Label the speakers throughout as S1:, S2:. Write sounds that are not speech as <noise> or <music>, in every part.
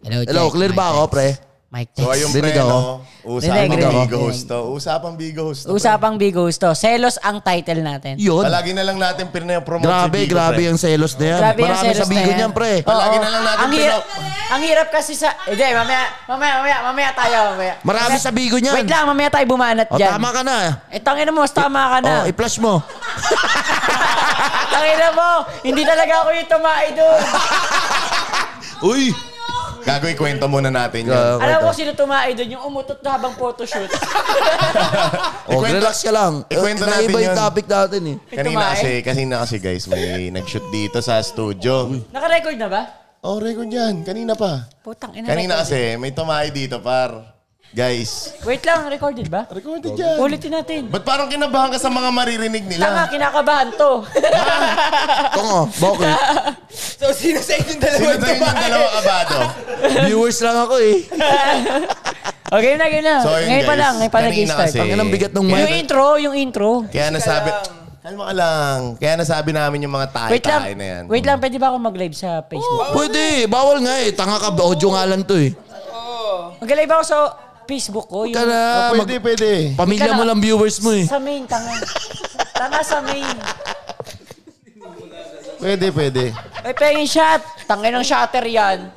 S1: Hello,
S2: Hello,
S1: check.
S2: clear
S1: Mic
S2: ba ako,
S1: test.
S2: pre?
S1: Mic test.
S3: So, ayun
S2: Dinig
S3: pre,
S2: ako.
S3: no? Usapang
S2: Dinig ako.
S3: big host to. Usapang big host to. pre.
S4: Usapang Big Ghost to. Selos ang title natin.
S2: Yun.
S3: Palagi na lang natin pinapromote
S2: Grabe,
S3: si Bigo,
S2: grabe
S3: pre.
S2: yung selos na yan.
S4: Grabe yung
S2: Marami
S4: selos
S2: sa
S4: na
S2: bigo
S4: yan.
S2: niyan, pre.
S3: Palagi na lang natin
S4: Ang hirap, ang hirap kasi sa... Hindi, mamaya, mamaya, mamaya, mamaya tayo, mamaya.
S2: Marami sa bigo niyan.
S4: Wait lang, mamaya tayo bumanat
S2: O,
S4: dyan.
S2: tama ka Oh, na.
S4: Eh, tangin mo, mas tama ka na.
S2: O, i-flash mo.
S4: tangin mo, hindi talaga ako yung tumae
S2: <laughs>
S4: doon.
S2: Uy!
S3: Gago, ikwento muna natin yun.
S2: Gago.
S4: Alam mo kung sino tumae doon, yung umutot na habang
S2: <laughs>
S4: photoshoot.
S2: O,
S3: Ikwento-
S2: relax ka lang. Eh,
S3: ikwento natin
S2: naiba yung
S3: yun.
S2: topic natin eh.
S3: Kanina
S4: Tumae.
S3: kasi, kanina kasi guys, may nag-shoot dito sa studio.
S4: Naka-record na ba?
S3: Oh, record yan. Kanina pa.
S4: Putang ina.
S3: Kanina
S4: record.
S3: kasi, may tumahay dito, par. Guys,
S4: Wait lang, recorded ba?
S3: recorded yan.
S4: Ulitin natin.
S3: Ba't parang kinabahan ka sa mga maririnig
S4: Tanga,
S3: nila?
S4: kinakabahan to. <laughs>
S2: Tungo, bakit?
S5: So, sino sa inyong dalawa
S3: Sino tayo ng
S5: tumae?
S3: dalawa
S4: <laughs>
S3: kabado?
S2: Viewers lang ako eh.
S4: O, game na, game na.
S3: So, yun,
S4: ngayon pa
S3: guys.
S4: lang, ngayon pa
S3: Kanina
S4: nag-start.
S3: kasi-
S2: Ang ang bigat ng
S4: Yung
S2: mic.
S4: intro, yung intro.
S3: Kaya nasabi... Kalma ka lang. Kaya nasabi namin yung mga
S4: Wait lang,
S3: tayo-tayo na yan.
S4: wait lang, pwede ba ako mag-live sa Facebook?
S2: Pwede, bawal nga eh. Tanga ka, audio nga lang to eh.
S3: Oh.
S4: Mag-live ako sa Facebook ko. Yung,
S2: Ka na, mag-
S3: Pwede, pwede.
S2: pamilya mo lang viewers mo eh.
S4: Sa main, tanga. Tanga sa main.
S3: Pwede, pwede.
S4: Ay, pengin shot. Tangin ng shutter yan.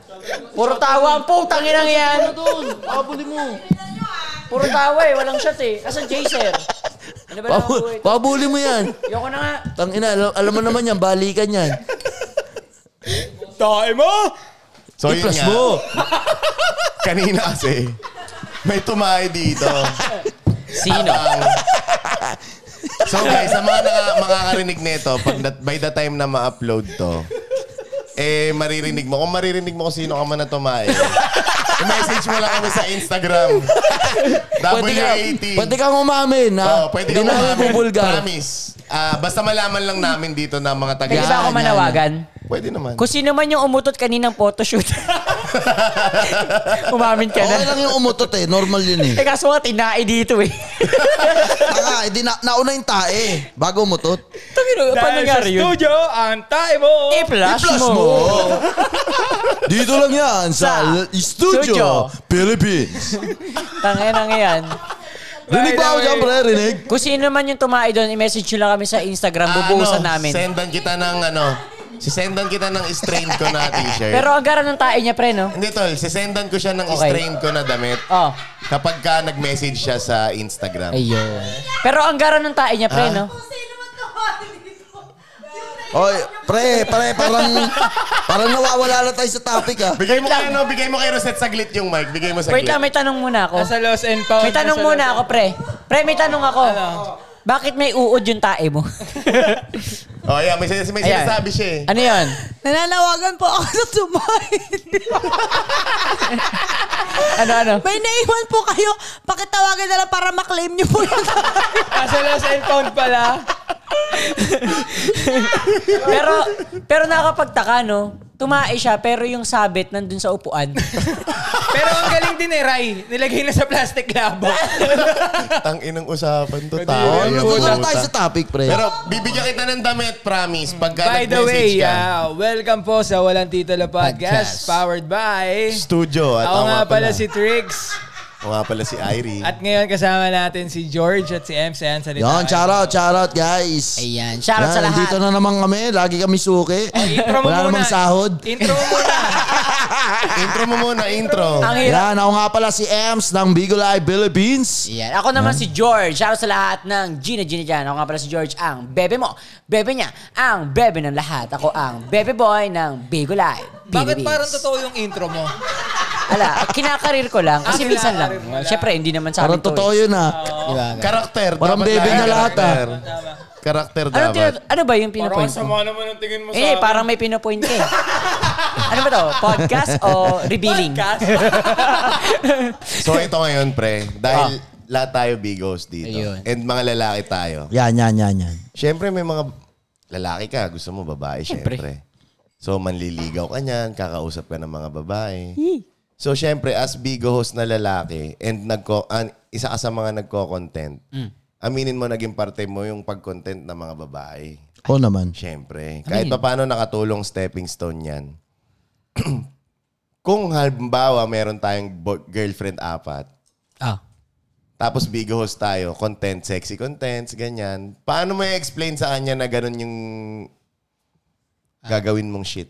S4: Puro tawa ang pong, tangin ng yan.
S2: Pabulin mo.
S4: Puro tawa eh, walang shot eh. Asan Jaser? Ano ba lang buhay?
S2: Pabulin mo yan.
S4: Yoko na nga.
S2: Tangina, alam, alam mo naman yan, balikan yan.
S5: Tae mo!
S4: Ano
S3: So, yun
S2: I-flash
S3: nga.
S2: mo.
S3: <laughs> Kanina kasi, may tumahay dito.
S5: Sino?
S3: So guys, sa mga naka, makakarinig nito, pag that, by the time na ma-upload to, eh, maririnig mo. Kung maririnig mo kung sino ka man na tumahay, message mo lang kami sa Instagram.
S2: <laughs> Pwede ka,
S3: W80.
S2: pwede kang umamin, ha?
S3: Oo, Oh, pwede
S2: Hindi
S3: ka
S2: namin
S3: umamin.
S2: bubulgar.
S3: Promise. Ah, basta malaman lang namin dito na mga taga.
S4: Pwede ba ako
S3: Yan, yan.
S4: manawagan?
S3: Pwede naman.
S4: Kung sino man yung umutot kaninang <laughs> photoshoot. Umamin ka
S2: Okay
S4: na.
S2: lang yung umutot eh. Normal yun eh.
S4: Eh kaso nga, tinae dito <laughs> eh.
S2: Tanga, edi na, nauna yung tae bago umutot.
S4: Tangin na, paano
S5: Dahil sa
S4: nangyari yun? Eh,
S5: studio, ang tae mo!
S4: I-flash mo.
S2: Dito lang yan sa,
S4: Sa
S2: L- Studio,
S4: Studio.
S2: Philippines.
S4: Tangin na yan.
S2: Rinig ba ako dyan, pre? Rinig?
S4: Kung sino man yung tumae doon, i-message nyo lang kami sa Instagram. Bubuusan
S3: ano,
S4: namin.
S3: Sendan kita ng ano, sisendan kita ng strain ko na t-shirt.
S4: Pero ang gara ng tae niya, pre, no?
S3: Hindi tol, sisendan ko siya ng
S4: Okay.
S3: strain ko na damit.
S4: Oh.
S3: Kapag ka nag-message siya sa Instagram.
S4: Ayun. Pero ang gara ng tae niya, pre, no?
S2: Oy, pre, pre, parang, parang nawawala na tayo sa topic ah.
S3: Bigay mo kay ano, bigay mo kay Rosette saglit yung mic. Bigay mo
S4: Wait
S3: saglit.
S4: lang, may tanong muna ako.
S5: Nasa Lost and Found.
S4: May tanong
S5: nasa
S4: muna
S5: Lost
S4: ako, pre. Pre, may tanong ako. Bakit may uod yung tae <laughs> mo?
S3: Oh, yeah, may, sin- may
S4: Ayan.
S3: sinasabi siya eh.
S4: ano yun?
S6: Nananawagan po ako sa tumahin.
S4: <laughs> Ano, ano?
S6: May naiwan po kayo. Pakitawagan na lang para maklaim niyo po yung
S5: and- Nasa Lost and Found pala.
S4: Pero, pero nakakapagtaka, no? Tumae siya, pero yung sabit nandun sa
S5: <laughs>
S4: upuan.
S5: Pero ang galing din eh, Ray. Nilagay na sa plastic
S4: <laughs>
S5: labo.
S3: Tang inang usapan to,
S5: Pwede
S3: tao.
S5: yun,
S3: Ayan,
S2: Dito
S3: puta.
S2: lang tayo sa topic, pre.
S3: Pero bibigyan kita ng damit, promise. Pagka
S5: By the
S3: nag-message
S5: way,
S3: ka.
S5: ah, welcome po sa Walang Titulo
S4: Podcast.
S5: Podcast, powered by...
S3: Studio. At
S5: Ako
S3: ako
S5: nga pala si Trix.
S3: Ako nga pala si Irie.
S5: At ngayon kasama natin si George at si Ems. Ayan, salita.
S2: Yan, shoutout, shoutout guys.
S4: Ayan. Shoutout sa lahat.
S2: Dito na naman kami. Lagi kami suki.
S5: Intro mo
S2: Wala
S5: muna.
S2: namang sahod.
S5: Intro mo muna.
S3: intro mo muna, intro.
S4: Ang hirap.
S2: Yan, ako nga pala si Ems ng Bigo Live Philippines.
S4: Yan. Ako naman si George. Shoutout sa lahat ng Gina Gina dyan. Ako nga pala si George, ang bebe mo. Bebe niya. Ang bebe ng lahat. Ako ang bebe boy ng Bigo Live.
S5: Bakit
S4: Philippines.
S5: parang totoo yung intro mo?
S4: Ala, kinakarir ko lang. Kasi
S5: Ah,
S4: minsan lang.
S5: kinakarir mo lang.
S4: Siyempre, hindi naman sa amin
S2: Parang totoo
S4: to. eh.
S2: yun ah.
S4: Di ba?
S3: Karakter.
S2: Parang
S3: dapat
S2: bebe
S3: lahat.
S2: na lahat, ah.
S3: Karakter. Karakter
S4: Ano,
S3: dapat.
S4: tina- ano ba yung pinapoint mo?
S5: naman ang tingin mo
S4: Eh, parang may pinapoint ka eh. ano ba to? Podcast o revealing?
S3: So ito ngayon, pre. Dahil lahat tayo bigos dito.
S4: Ayun.
S3: And mga lalaki tayo.
S2: Yan, yan, yan, yan.
S3: Siyempre may mga lalaki ka, gusto mo babae, siyempre. So manliligaw ka niyan, kakausap ka ng mga babae. So siyempre as bigo host na lalaki and nagko an- isa ka sa mga nagko-content. Aminin mo naging parte mo yung pag-content ng mga babae.
S2: Oo naman.
S3: Siyempre. Kahit pa paano nakatulong stepping stone yan. Kung halimbawa meron tayong bo- girlfriend apat,
S4: Ah.
S3: tapos big host tayo, content, sexy contents, ganyan. Paano mo explain sa kanya na ganun yung
S2: Ah.
S3: gagawin mong shit?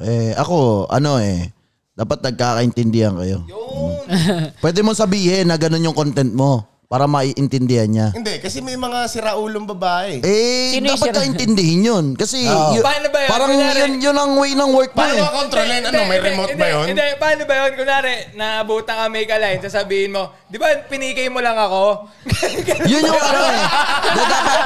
S2: Eh, ako, ano eh, dapat nagkakaintindihan kayo. Pwede mo sabihin na ganun yung content mo para maiintindihan niya.
S3: <laughs> Hindi, kasi may mga siraulong babae.
S2: Eh,
S4: Sino yung
S2: dapat
S4: sira-
S2: kaintindihin yun. Kasi, yun-
S5: Paano ba yun?
S2: parang
S5: Kunyari-
S2: yun, yun ang way ng work mo
S3: Paano
S2: eh.
S3: ako kontrolin?
S5: Hindi,
S3: Ano, may
S5: hindi,
S3: remote
S5: hindi,
S3: ba yun?
S5: Hindi, paano ba yun? Kunwari, naabutan ka may kalain, sasabihin mo, di ba pinikay mo lang
S2: <laughs>
S5: ako?
S2: Yun yung ano eh.
S5: <laughs>
S2: Da- dapat,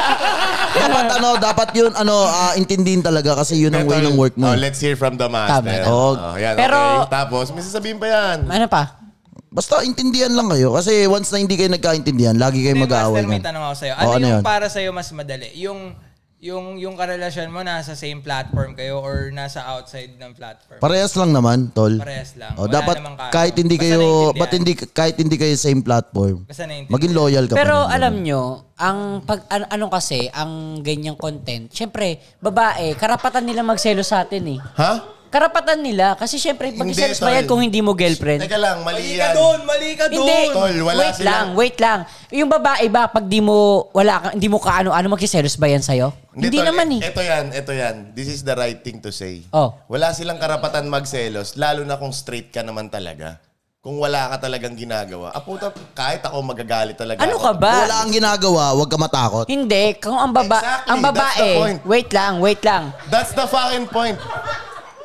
S2: dapat ano, dapat yun, ano, ah, intindihin talaga kasi yun ang way ng work mo.
S3: Oh,
S2: eh.
S3: let's hear from the master.
S4: Tama,
S2: tama.
S3: Oh, yan,
S4: Pero-
S3: okay. Tapos, may sasabihin pa yan.
S4: <laughs> Ano pa?
S2: Basta intindihan lang kayo kasi once na hindi kayo nagkaintindihan, lagi kayo
S5: Hindi,
S2: mag-aaway.
S5: Master, may
S2: niyan.
S5: tanong ako sa'yo.
S2: Oo,
S5: Ano,
S2: ano
S5: yung
S2: yun?
S5: para sa'yo mas madali? Yung yung yung karelasyon mo nasa same platform kayo or nasa outside ng platform?
S2: Parehas lang naman, tol.
S5: Parehas lang.
S2: O,
S5: Wala
S2: dapat
S5: namang kano.
S2: kahit hindi
S5: Basta
S2: kayo,
S5: naiintindihan.
S2: ba't hindi, kahit hindi kayo same platform,
S5: Basta naiintindihan.
S2: maging loyal ka
S4: Pero
S2: pa rin.
S4: alam nyo, ang pag an- ano kasi, ang ganyang content, syempre, babae, karapatan nila magselo sa atin eh.
S3: Ha?
S4: Karapatan nila kasi syempre pag
S3: Hindi,
S4: selos ba yan
S3: tol.
S4: kung hindi mo girlfriend?
S3: Teka lang, mali
S5: Mali ka
S3: yan.
S5: doon, mali ka doon.
S4: Hindi.
S3: Tol, wala
S4: wait
S3: silang-
S4: lang, wait lang. Yung babae ba pag di mo wala ka, hindi mo kaano-ano magsiselos ba yan sa'yo? Hindi,
S3: tol,
S4: naman eh.
S3: Ito yan, ito yan. This is the right thing to say.
S4: Oh.
S3: Wala silang karapatan magselos, lalo na kung straight ka naman talaga. Kung wala ka talagang ginagawa. Ah, puta, kahit ako magagalit talaga.
S4: Ano ka
S3: ako.
S4: ba?
S2: Kung wala kang ginagawa, huwag ka matakot.
S4: <laughs> Hindi, kung ang baba
S3: Exactly,
S4: ang
S3: that's
S4: babae.
S3: the point.
S4: Wait lang, wait lang.
S3: That's the fucking point.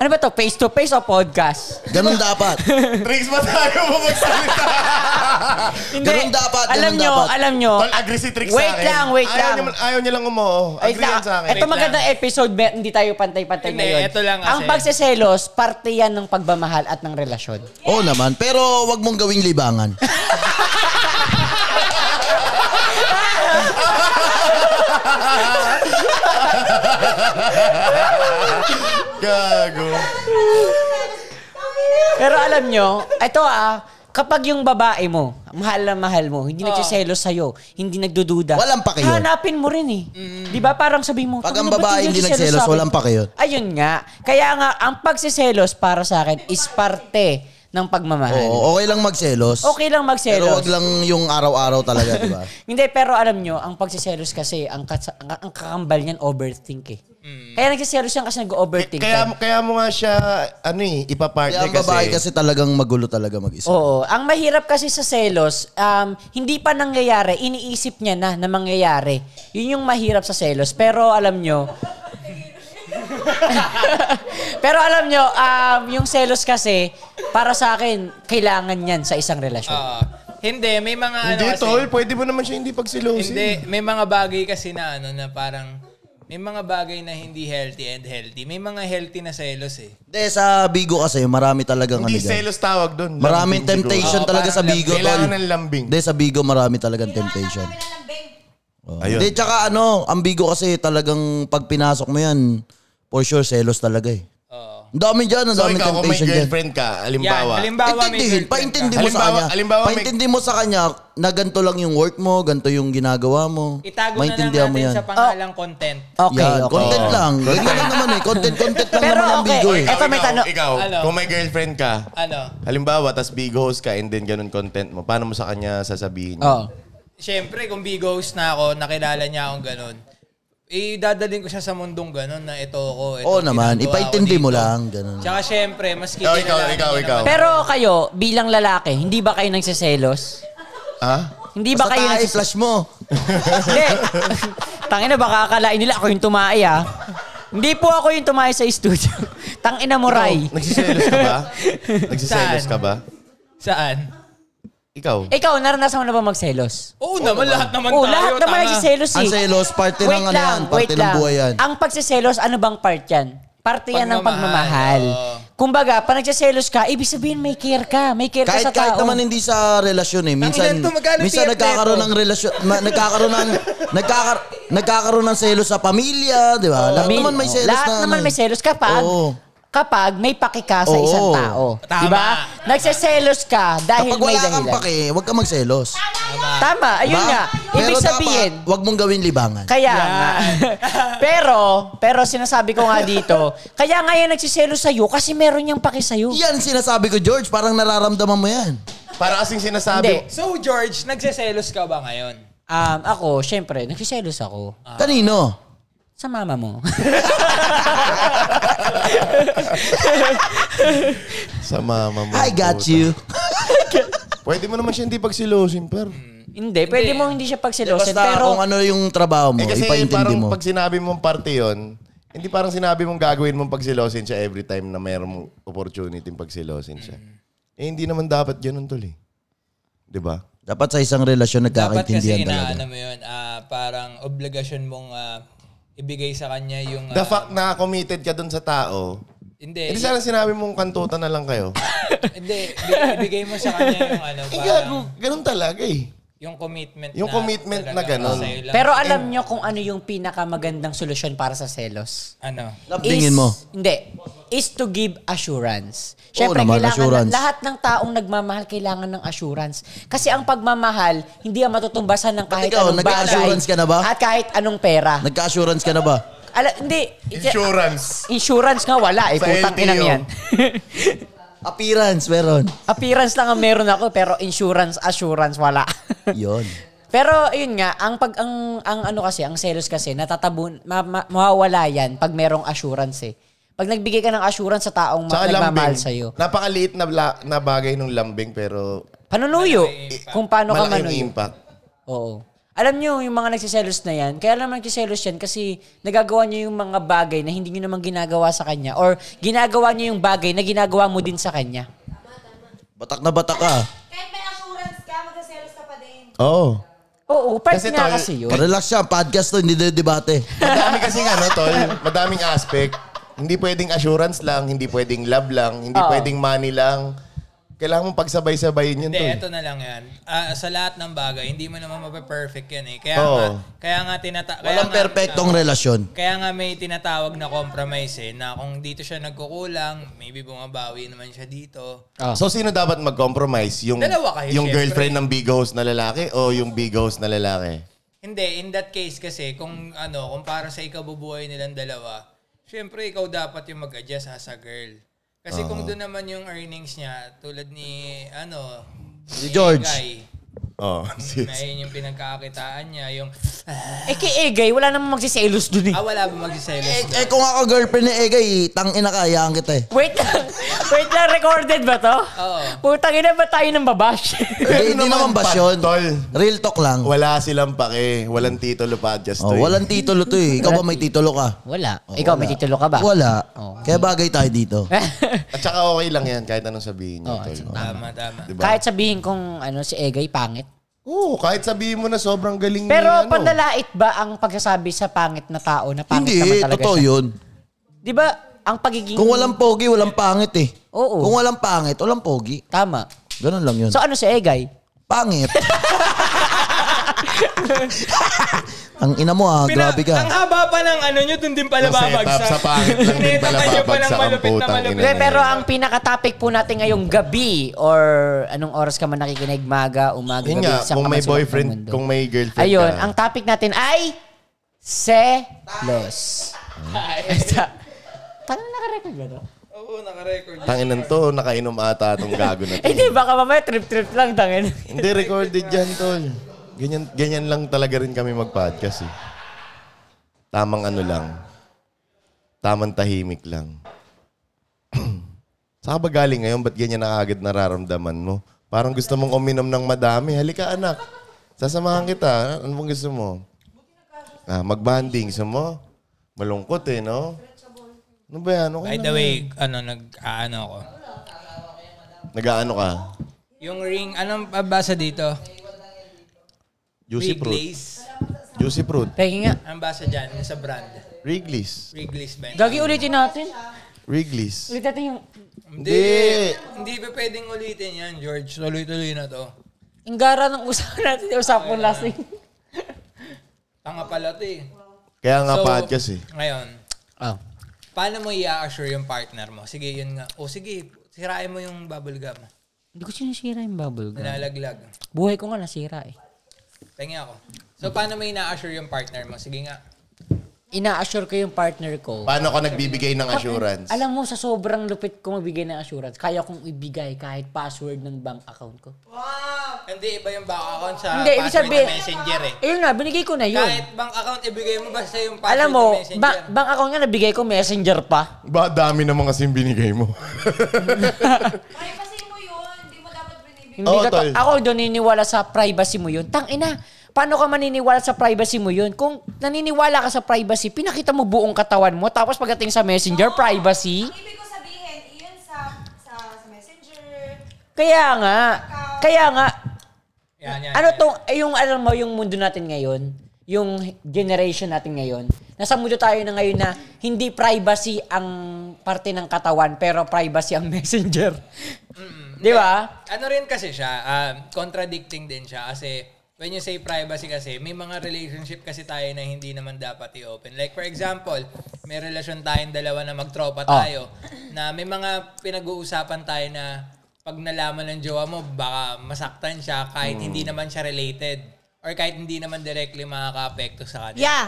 S4: Ano ba to? Face to face o podcast?
S2: Ganun
S4: <laughs>
S2: dapat.
S3: Tricks ba tayo mo magsalita?
S4: Hindi.
S2: Ganun dapat, ganun
S4: alam nyo,
S2: dapat.
S4: alam nyo.
S3: Tol, agree si Tricks
S4: Wait
S3: sa akin.
S4: lang, wait
S3: ayaw
S4: lang.
S3: Niya, ayaw niya lang umoo.
S4: Ay,
S3: Agree yan sa akin.
S4: Ito
S5: Wait
S4: magandang episode, may- hindi tayo pantay-pantay
S5: Hindi,
S4: ngayon.
S5: ito lang kasi.
S4: Ang pagseselos, parte yan ng pagmamahal at ng relasyon.
S2: Oo naman, pero huwag mong gawing
S4: <laughs>
S2: libangan.
S3: Gago.
S4: Pero alam nyo, ito ah, kapag yung babae mo, mahal na mahal mo,
S5: Oh.
S4: hindi nagsiselos sa'yo, hindi nagdududa.
S2: Walang pake yun.
S4: Hanapin mo rin eh.
S5: Mm.
S4: Di Ano ba? Parang sabi mo,
S2: Pag
S4: "Tangina,
S2: ang
S4: ba't
S2: babae hindi
S4: nagsiselos
S2: nagselos,
S4: sa akin?"
S2: walang pake yun.
S4: Ayun nga. Kaya nga, ang pagsiselos para sa akin is parte ng pagmamahal.
S2: Oo, okay lang magselos.
S4: Okay lang
S2: Pero
S4: magselos.
S2: huwag lang yung araw-araw talaga,
S5: <laughs>
S2: di ba?
S4: Hindi, pero alam nyo, ang pagsiselos kasi, ang, kas- ang, ang kakambal niyan, overthink eh.
S2: Mm.
S4: Kaya nagsiselos yan kasi nag-overthink.
S3: Kaya,
S4: ka.
S3: kaya mo nga siya, ano eh,
S2: Kaya
S3: ipapartner
S2: ang
S3: kasi.
S2: babae kasi talagang magulo talaga mag-isa.
S4: Oo. Ang mahirap kasi sa selos, um, hindi pa nangyayari, iniisip niya na na mangyayari. Yun yung mahirap sa selos. Pero alam nyo, <laughs> pero alam nyo, um, yung selos kasi, para sa akin, kailangan yan sa isang relasyon.
S5: Ah, hindi, may mga
S3: Hindi,
S5: ano kasi.
S3: tol. Pwede mo naman siya hindi pagsilusin.
S5: Hindi, may mga bagay kasi na ano na parang may mga bagay na hindi healthy and healthy. May mga healthy na selos eh.
S2: Hindi, sa Bigo kasi marami talagang
S3: Hindi
S2: ano dyan.
S3: selos tawag doon.
S2: Maraming
S3: Lambing siguro.
S2: temptation
S5: Oo,
S2: talaga sa
S5: parang
S2: Bigo,
S3: Kailangan
S2: tol.
S3: ng lambing.
S2: Hindi, sa Bigo marami talagang temptation. Oh.
S3: Ayun.
S2: Hindi, tsaka ano, ang Bigo kasi talagang pag pinasok mo yan, for sure, selos talaga eh.
S5: Oo.
S2: Ang dami dyan, ang
S3: So
S2: dami
S3: ikaw, kung may
S2: temptation dyan.
S3: girlfriend ka,
S5: Yan,
S3: alimbawa,
S5: halimbawa may
S2: Intindihin,
S5: girlfriend
S2: paintindi
S5: ka.
S2: mo
S3: Halimbawa-
S2: sa kanya.
S3: halimbawa may-
S2: paintindi mo sa kanya na ganito lang yung work mo, ganito yung ginagawa mo.
S5: Itago na lang
S2: Maintindihan
S5: natin
S2: mo yan.
S5: sa
S4: Ah.
S5: pangalang content.
S4: Okay,
S2: Yan,
S4: okay.
S2: content lang. Ganyan lang naman eh. Content, content lang
S4: Pero
S2: naman ang
S4: okay.
S2: bigo eh.
S4: Eto, may
S3: ikaw,
S4: tanong.
S3: Ikaw,
S5: Ano?
S3: kung may girlfriend ka,
S5: Ano?
S3: halimbawa, tas big host ka and then ganun content mo, paano mo sa
S2: Ah.
S3: kanya sasabihin?
S4: Oo.
S2: Oh.
S5: Siyempre, kung big host na ako, nakilala niya akong ganun. Idadaling ko siya sa mundong ganun na ito ko. Ito
S2: Oo
S5: ang
S2: naman,
S5: ginagawa
S2: ipaintindi
S5: ko dito.
S2: mo lang, ganun.
S5: Tsaka siyempre, maski
S3: Ikaw, ikaw,
S5: kilala
S3: ikaw,
S5: niya
S3: ikaw.
S5: naman.
S4: Pero kayo, bilang lalaki, hindi ba kayo nagsiselos?
S3: Ha?
S4: Hindi ba
S2: Basta
S4: kayo
S2: tayo,
S4: nagsiselos?
S2: flash mo.
S4: Hindi. Tangina, baka akalain nila ako yung tumae ah. Hindi po ako yung tumae sa studio. Tangina mo, Ray.
S3: Nagsiselos ka
S2: <laughs>
S3: ba? Nagsiselos
S5: Saan?
S3: ka ba?
S5: Saan?
S3: Ikaw.
S4: <laughs>
S2: Eh,
S4: Ikaw, naranasan mo na ba magselos?
S5: Oo naman, lahat naman
S4: Oo,
S5: tayo.
S4: lahat naman
S5: tanga.
S4: nagsiselos eh.
S2: Ang selos, parte ng ano yan, parte ng buhay yan.
S4: Ang pagsiselos, ano bang part yan? Parte yan ng
S5: Pagmamahal,
S4: pagmamahal.
S5: oo.
S4: Kumbaga, pag nagsiselos ka, ibig sabihin may care ka. May care
S2: Kahit
S4: ka sa tao.
S2: kahit naman hindi sa relasyon eh. Minsan
S5: Tangina to, magkano
S2: minsan
S5: tiyak na
S2: nagkakaroon
S5: ito?
S2: ng relasyon, ma- nagkakaroon ng nagkakar, nagkakaroon ng selos sa pamilya, di ba? lahat
S4: Pamil-
S2: naman may selos
S4: Lahat
S2: na.
S4: naman
S2: ano eh.
S4: may selos kapag
S2: Oo.
S4: kapag may paki ka sa isang
S2: Oo.
S4: tao.
S5: Tama.
S4: Diba? Nagseselos ka dahil
S2: Kapag
S4: may
S2: wala kang
S4: dahilan.
S2: pake, huwag ka magselos.
S4: Tama, ayun
S2: Diba?
S4: nga. Ibig
S2: Pero dapat,
S4: sabihin,
S2: huwag mong gawin libangan.
S4: kaya
S5: Yan.
S4: nga. <laughs> pero, pero sinasabi ko nga dito, kaya nga yan nagsiselos sa'yo kasi meron niyang paki sa'yo.
S2: Yan sinasabi ko, George. Parang nararamdaman mo yan.
S3: Para kasing
S4: Hindi.
S3: sinasabi,
S5: So, George, nagseselos ka ba ngayon?
S4: Um, ako, syempre, nagsiselos ako.
S2: Kanino?
S4: Sa mama <laughs> mo.
S3: sa mama mo.
S2: I got you.
S3: Pwede mo naman siya hindi pagsilosin, per.
S2: Hmm.
S4: hindi, pwede mo hindi siya pagselosin.
S2: Basta
S4: Pero,
S2: kung ano yung trabaho mo,
S3: Eh kasi
S2: Oh, ipaintindi
S3: parang
S2: mo.
S3: pag sinabi mong parte yon, hindi parang sinabi mong gagawin mong pagsilosin siya every time na meron mong opportunity yung pagsilosin siya.
S2: Hmm.
S3: Eh hindi naman dapat ganun tol eh. 'Di ba?
S2: Dapat sa isang relasyon
S5: Dapat kasi
S2: nagkakaintindihan talaga.
S5: inaano mo yun, ah, parang obligasyon mong ah, ibigay sa kanya yung... ah,
S3: The fact na committed ka dun sa tao,
S5: Hindi.
S3: hindi sana sinabi mong kantuta na lang kayo.
S5: Hindi. bi- Ibigay mo sa kanya yung ano,
S3: Eh
S5: Ah, parang
S3: gago, ganun talaga eh.
S5: yung commitment
S3: Yung
S5: na
S3: commitment na
S5: talaga
S3: ganun.
S5: sa'yo lang.
S4: pero alam niyo kung ano yung pinakamagandang solusyon para sa selos.
S5: Ano?
S2: Love tingin mo.
S4: Hindi. Is to give assurance.
S2: Oo
S4: Siyempre,
S2: naman,
S4: kailangan
S2: assurance.
S4: lahat ng taong nagmamahal kailangan ng assurance. Kasi ang pagmamahal, hindi yan matutumbasan ng kahit
S2: ikaw,
S4: anong bagay.
S2: nagka-assurance ka na ba?
S4: At kahit anong pera.
S2: Nagka-assurance ka na ba?
S4: Ala, hindi.
S3: Insurance.
S4: Insurance nga wala. Eh,
S3: Sa
S4: putang
S3: LTO.
S4: inang yan.
S2: Appearance, meron.
S4: <laughs> Appearance lang ang meron ako, pero insurance, assurance,
S2: <laughs>
S4: wala.
S2: Yun.
S4: Pero yun nga, ang pag ang ang ano kasi, ang selos kasi natatabon ma, ma, mawawala yan pag merong assurance eh. Pag nagbigay ka ng assurance sa taong ma-
S3: Tsaka
S4: nagmamahal
S3: lambing.
S4: sa iyo.
S3: Napakaliit na, la- na bagay nung lambing pero
S4: Panunuyo. Kung
S5: Ano
S4: paano ka
S3: malaking
S4: manuyo.
S3: impact.
S4: Oo. Alam nyo, yung mga nagsiselos na yan, kaya naman nagsiselos yan kasi nagagawa nyo yung mga bagay na hindi nyo naman ginagawa sa kanya or ginagawa nyo yung bagay na ginagawa mo din sa kanya.
S2: Batak na batak ka.
S6: Kahit may assurance ka, magkaselos ka pa din.
S3: Oo.
S4: Oo, part
S3: Kasi
S4: nga
S3: tol-
S4: kasi yun.
S2: Relax siya. Podcast to, hindi na debate.
S3: Madami kasing ano, tol. Madaming aspect. Hindi pwedeng assurance lang, hindi pwedeng love lang, hindi
S4: Oo.
S3: pwedeng money lang. Kailangan mong pagsabay-sabayin yun,
S5: Hindi,
S3: tol.
S5: eto na lang yan. Ah, sa lahat ng bagay, hindi mo naman mape-perfect yan eh. Kaya
S3: Oo.
S5: nga, kaya nga tinata... kaya
S2: Walang
S5: nga-
S2: perfectong relasyon.
S5: Kaya nga may tinatawag na compromise eh, na kung dito siya nagkukulang, maybe bumabawi naman siya dito.
S3: So, sino dapat mag-compromise? Yung,
S5: Dalawa kayo,
S3: yung
S5: syempre.
S3: girlfriend ng big host na lalaki o yung big host na lalaki?
S5: Hindi, in that case kasi, kung ano, kung para sa ikabubuhay nilang dalawa, syempre ikaw dapat yung mag-adjust as a girl. Kasi kung doon naman yung earnings niya, tulad ni, ano,
S2: Si George.
S5: Guy,
S3: Oh, <laughs> sis.
S5: na yun yung pinagkakakitaan niya, yung,
S4: Eh, kay Egay, wala namang magsiselos dun eh.
S5: ah, wala ba magsiselos?
S2: Eh, eh kung ako girlfriend ni Egay, tangin na ka, hayaan kita eh.
S4: Wait <laughs> lang. Wait lang, recorded ba to?
S5: Oo.
S4: Putang ina ba tayo ng
S2: <laughs>
S4: babash?
S2: Hindi hindi naman
S3: naman,
S2: ba yun?
S3: Tol.
S2: Real talk lang.
S3: Wala silang pake. Walang
S4: Hmm.
S3: titulo pa. Just
S2: Oh,
S3: to
S2: walang titulo to eh. Ikaw ba may titulo ka?
S4: wala. Oh, Ikaw, may titulo ka ba?
S2: Wala.
S4: Oo.
S2: Kaya bagay tayo dito.
S3: At saka okay lang yan kahit anong sabihin niyo,
S4: Oo,
S3: tol.
S4: tama.
S5: Tama, tama.
S4: <laughs> Oh,
S3: Diba?
S4: Kahit sabihin kong ano si Egay pangit.
S3: Oo, kahit sabihin mo na sobrang galing
S4: Pero
S3: ni, ano.
S4: panlalait ba ang pagsasabi sa pangit na tao na pangit naman
S2: Hindi,
S4: talaga
S2: totoo
S4: siya?
S2: yun.
S4: Di ba ang pagiging...
S2: Kung walang pogi, walang pangit eh.
S4: Oo.
S2: Kung walang pangit, walang pogi.
S4: Tama.
S2: Ganun lang yun.
S4: So ano si Egay?
S5: <laughs>
S2: Pangit. Ang ina mo ah,
S5: Pina-
S2: grabe ka.
S5: Ang haba pa ng ano nyo, dun din pala
S3: Sa setup,
S5: babagsak.
S3: sa pangit lang
S5: <laughs>
S3: din pala
S5: Tinatakan nyo pa ng
S3: babagsak ang
S5: malupit na
S3: putang
S5: malupit.
S3: ina.
S4: Hindi, pero ang pinaka-topic po natin ngayong gabi or anong oras ka man nakikinig, maga, umaga,
S3: Yun
S4: gabi,
S3: nga,
S4: saan
S3: kung
S4: ka man
S3: may
S4: sulok ng
S3: boyfriend,
S4: mundo.
S3: kung may girlfriend
S4: Ayun,
S3: ka.
S4: ang topic natin ay selos. <laughs> Tangan naka-record ba to? <laughs>
S5: Oo, naka-record.
S3: Tanginan to, nakainom ata tong gago na to.
S4: <laughs> Eh di, baka mamaya trip-trip lang, tangan.
S3: Hindi, recorded yan, tol. Ganyan, ganyan lang talaga rin kami mag-podcast eh. Tamang ano lang. Tamang tahimik lang. <clears throat> Saan ka ba galing ngayon? Ba't ganyan na agad nararamdaman mo? Parang gusto mong uminom ng madami. Halika anak. Sasamahan kita. Ano bang gusto mo? Ah, mag-banding. Gusto mo? Malungkot eh, no? Ano ba yan? Okay
S5: By
S3: lang
S5: the
S3: yan.
S5: way, ano, nag-ano ako.
S3: Nag-aano ka?
S5: Yung ring, anong pabasa dito?
S3: Juicy fruit.
S5: Wrigley's.
S3: Juicy fruit.
S4: Teka nga.
S5: Ang basa dyan, yung sa brand.
S3: Wrigley's.
S5: Wrigley's ba? yun?
S4: Gagi, ulitin natin.
S3: Wrigley's.
S4: Ulitin natin yung...
S5: Hindi. Hindi pa pwedeng ulitin yan, George. Tuloy-tuloy na to.
S4: Ang gara ng usapan natin, usapan last week.
S5: Tanga pala to eh.
S3: Kaya nga
S5: So,
S3: podcast eh.
S5: Ngayon,
S4: Oh.
S5: paano mo i-assure yung partner mo? Sige, yun nga. O sige, sirain mo yung bubble gum.
S4: Hindi ko sinisira yung bubble gum.
S5: Nalalaglag.
S4: Buhay ko nga nasira eh.
S5: Tingi ako. So, paano mo ina-assure yung partner mo? Sige nga.
S4: Ina-assure ko yung partner ko.
S3: Paano ka nagbibigay ng assurance?
S4: Alam mo, sa sobrang lupit ko magbigay ng assurance, kaya kong ibigay kahit password ng bank account ko.
S5: Hindi, iba yung bank account sa
S4: Hindi, ibig
S5: Ah, password
S4: sabihin-
S5: na messenger eh.
S4: Ayun nga, binigay ko na yun.
S5: Kahit bank account, ibigay mo basta yung password
S4: Alam mo,
S5: na messenger.
S4: ba- bank account nga nabigay ko, messenger pa.
S3: Ba, dami naman kasi yung binigay mo.
S5: <laughs>
S6: Privacy mo yun. Hindi mo dapat binibigay.
S4: Hindi
S3: Oo,
S4: ka to,
S3: tol.
S4: ako doon niniwala sa privacy mo yun. Tang ina, paano ka maniniwala sa privacy mo yun? Kung naniniwala ka sa privacy, pinakita mo buong katawan mo, tapos pagdating sa messenger, privacy.
S6: Ang ibig ko sabihin, yun sa, sa, sa messenger.
S4: Kaya nga, kaya nga,
S5: Yan, yan,
S4: ano
S5: yan.
S4: tong, eh, yung alam mo, yung mundo natin ngayon, yung generation natin ngayon, nasa mundo tayo na ngayon na hindi privacy ang parte ng katawan, pero privacy ang <laughs> messenger. Di ba?
S5: ano rin kasi siya, um, contradicting din siya kasi when you say privacy kasi, may mga relationship kasi tayo na hindi naman dapat i-open. Like for example, may relasyon tayong dalawa na magtropa
S6: Oh.
S5: tayo na may mga pinag-uusapan tayo na pag nalaman ng jowa mo, baka masaktan siya kahit hindi
S6: Mm.
S5: naman siya related or kahit hindi naman directly makaka-apekto sa kanya.
S6: Yeah.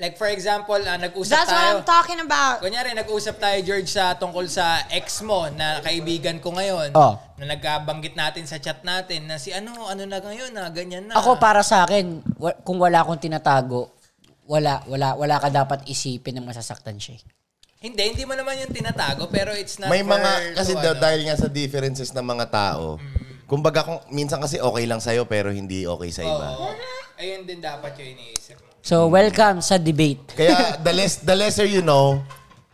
S5: Like for example, ah, nag-usap
S6: That's what
S5: tayo.
S6: I'm talking about.
S5: Kunyari, nag-usap tayo, George, sa tungkol sa ex mo na kaibigan ko ngayon.
S4: Oh.
S5: Na nagkabanggit natin sa chat natin na si ano, ano na ngayon, na ganyan na.
S4: Ako para sa akin, wa- kung wala akong tinatago, wala, wala, wala ka dapat isipin na masasaktan siya. eh.
S5: Hindi, hindi mo naman yung tinatago, pero it's not
S3: May
S5: for
S3: mga, kasi
S5: to,
S3: daw,
S5: ano.
S3: dahil nga sa differences ng mga tao, kumbaga kung, minsan kasi okay lang sa'yo pero hindi okay sa iba.
S5: Oo. Ayun din dapat yung iniisip mo.
S4: So, welcome sa debate.
S3: Kaya the less the lesser you know,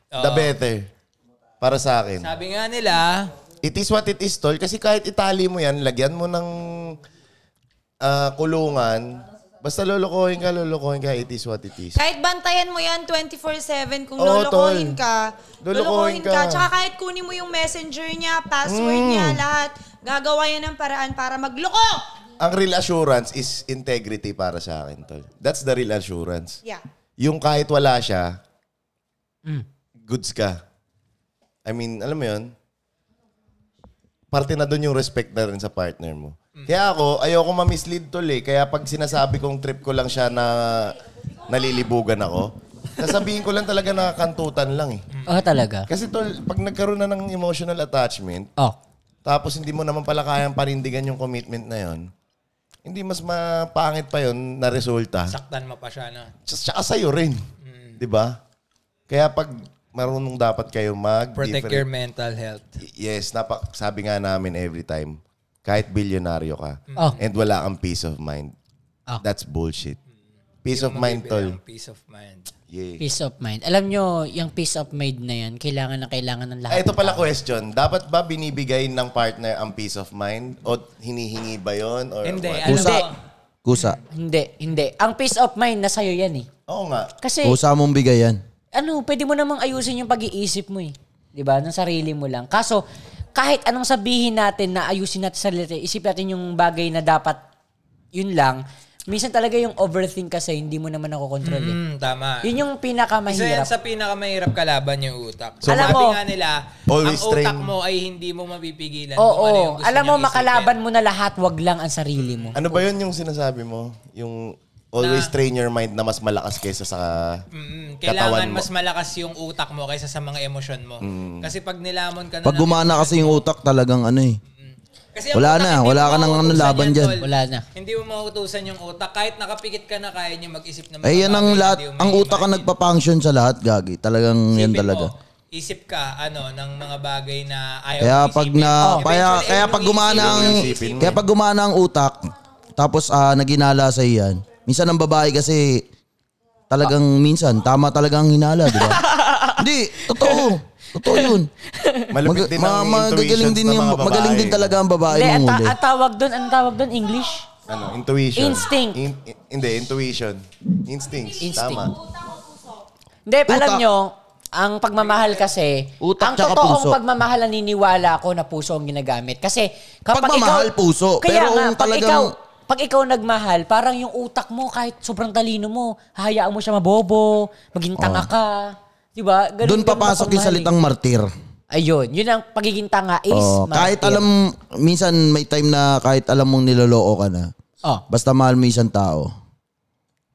S3: the better. Para sa akin.
S5: Sabi nga nila,
S3: It is what it is, tol. Kasi kahit itali mo yan, lagyan mo ng ah, kulungan, basta lolokohin ka, lolokohin ka, it is what it is.
S6: Kahit bantayan mo yan 24-7, kung
S3: Oo,
S6: lolokohin
S3: tol.
S6: ka,
S3: Lolokohin
S6: lolokohin ka.
S3: ka.
S6: Tsaka kahit kunin mo yung messenger niya, password niya, lahat, gagawa yan ng paraan para magloko!
S3: Ang real assurance is integrity para sa akin, tol. That's the real assurance.
S6: Yeah.
S3: Yung kahit wala siya, goods ka. I mean, alam mo yun? Parte na doon yung respect na rin sa partner mo. Kaya ako, ayoko ma-mislead tol eh. Kaya pag sinasabi kong trip ko lang siya na nalilibugan ako, sasabihin ko lang talaga na kantutan lang eh.
S4: Oh, talaga.
S3: Kasi tol, pag nagkaroon na ng emotional attachment,
S4: Oh.
S3: tapos hindi mo naman pala kayang panindigan yung commitment na yon, hindi mas mapangit pa yon na resulta.
S5: saktan mo pa siya, no?
S3: Tsaka sa'yo rin.
S5: Mm.
S3: Di ba? Kaya pag marunong dapat kayo mag
S5: Protect your mental health.
S3: Yes, napa, sabi nga namin every time, kahit bilyonaryo ka
S5: Mm.
S4: Oh.
S3: and wala kang peace of mind,
S5: Oh.
S4: Ah.
S3: that's bullshit.
S5: Mm.
S3: Peace of mind, tol.
S5: Bilang peace of mind.
S3: Yeah.
S4: Peace of mind. Alam nyo, yung peace of mind na yan, kailangan na kailangan ng lahat.
S3: Ah, ito pala question. Dapat ba binibigay ng partner ang peace of mind? O hinihingi ba yon Or
S5: Hindi, ano
S3: what?
S5: alam
S4: Hindi.
S5: mo,
S2: Kusa.
S4: Hindi, hindi. Ang peace of mind na sa'yo yan eh.
S3: Oo nga.
S4: Kasi,
S2: Kusa mong bigay yan.
S4: ano, pwede mo namang ayusin yung pag-iisip mo eh. 'Di ba? Ng sarili mo lang. Kaso, kahit anong sabihin natin na ayusin natin sa sarili, natin, isipin natin yung bagay na dapat yun lang. Minsan talaga yung overthink kasi hindi mo naman nakokontrol eh.
S5: mm, tama.
S4: Yun yung
S5: Isa yan
S4: pinakamahirap.
S5: sa pinakamahirap kalaban yung utak.
S4: So, Alam
S5: sabi
S4: mo,
S5: nga nila,
S3: always
S5: ang utak
S3: train.
S5: mo ay hindi mo mapipigilan.
S4: Oo,
S5: kung ano yung gusto
S4: alam mo,
S5: niyang isipin.
S4: makalaban mo na lahat, wag lang ang sarili mo.
S3: Ano ba yun yung sinasabi mo? Yung always train your mind na mas malakas kaysa sa katawan
S5: Mm, kailangan
S3: mo.
S5: mas malakas yung utak mo kaysa sa mga emosyon mo. Kasi pag nilamon ka na...
S2: Mm. Pag
S5: ng-
S2: gumana kasi yung utak talagang ano eh.
S5: Kasi ang
S2: wala
S5: utak,
S2: na, wala
S5: hindi
S2: ka
S5: mo
S2: nang
S5: mauutusan
S2: ano, laban
S5: yan,
S2: dyan.
S5: tol.
S4: Wala na.
S5: Hindi mo mautusan yung utak. Kahit nakapikit ka na, kaya niyo mag-isip ng mga
S2: Eh yan ang
S5: bagay na
S2: lahat,
S5: di mo
S2: ang utak ang
S5: ma-imagine.
S2: nagpa-function sa lahat, Gagi. Talagang yan
S5: Isipin
S2: talaga.
S5: mo, isip ka, ano, ng mga bagay na ayaw
S2: Kaya
S5: mong
S2: pag
S5: isipin. Oh,
S2: na,
S5: Eventually,
S2: kaya, kaya
S5: ayaw
S2: pag
S5: mong
S2: gumana ang,
S3: Isipin mo.
S2: kaya
S5: eh.
S2: pag gumana ang utak, tapos ah, naginala sa iyan. Minsan ang babae kasi talagang minsan, tama talaga ang hinala,
S5: <laughs>
S2: di ba? Hindi, totoo. Totoo yun.
S3: Malupit din ang
S2: magaling
S3: intuitions
S2: din
S3: ng
S2: yung,
S3: mga babae.
S2: Magaling din talaga ang babae
S4: Hindi,
S2: ng
S4: ang, ta-
S2: huli.
S4: ang tawag doon, ang tawag doon, English?
S3: Ano? Intuition.
S4: Instinct.
S3: In- in- hindi, intuition. Instincts.
S4: Instinct.
S3: Tama.
S4: Hindi, alam
S2: Utak.
S4: nyo, ang pagmamahal kasi,
S2: Utak
S4: ang
S2: tsaka
S4: totoong
S2: puso.
S4: pagmamahal naniniwala ako na puso ang ginagamit. Kasi kapag
S2: Pagmamahal,
S4: ikaw,
S2: puso.
S4: Kaya
S2: Pero
S4: nga,
S2: ang
S4: pag
S2: talagang-
S4: ikaw, pag ikaw nagmahal, parang yung utak mo, kahit sobrang talino mo, hayaan mo siya mabobo, maging tanga ka. Di ba? Ganun-
S2: Oh. Doon
S4: ganun
S2: papasok yung
S4: pagmamahal eh.
S2: salitang martir.
S4: Ayun, yun ang pagiging tanga is
S2: Oo, kahit
S4: martir.
S2: alam, minsan may time na kahit alam mong niloloko ka na,
S3: Ah.
S4: Oh.
S2: basta mahal mo isang tao,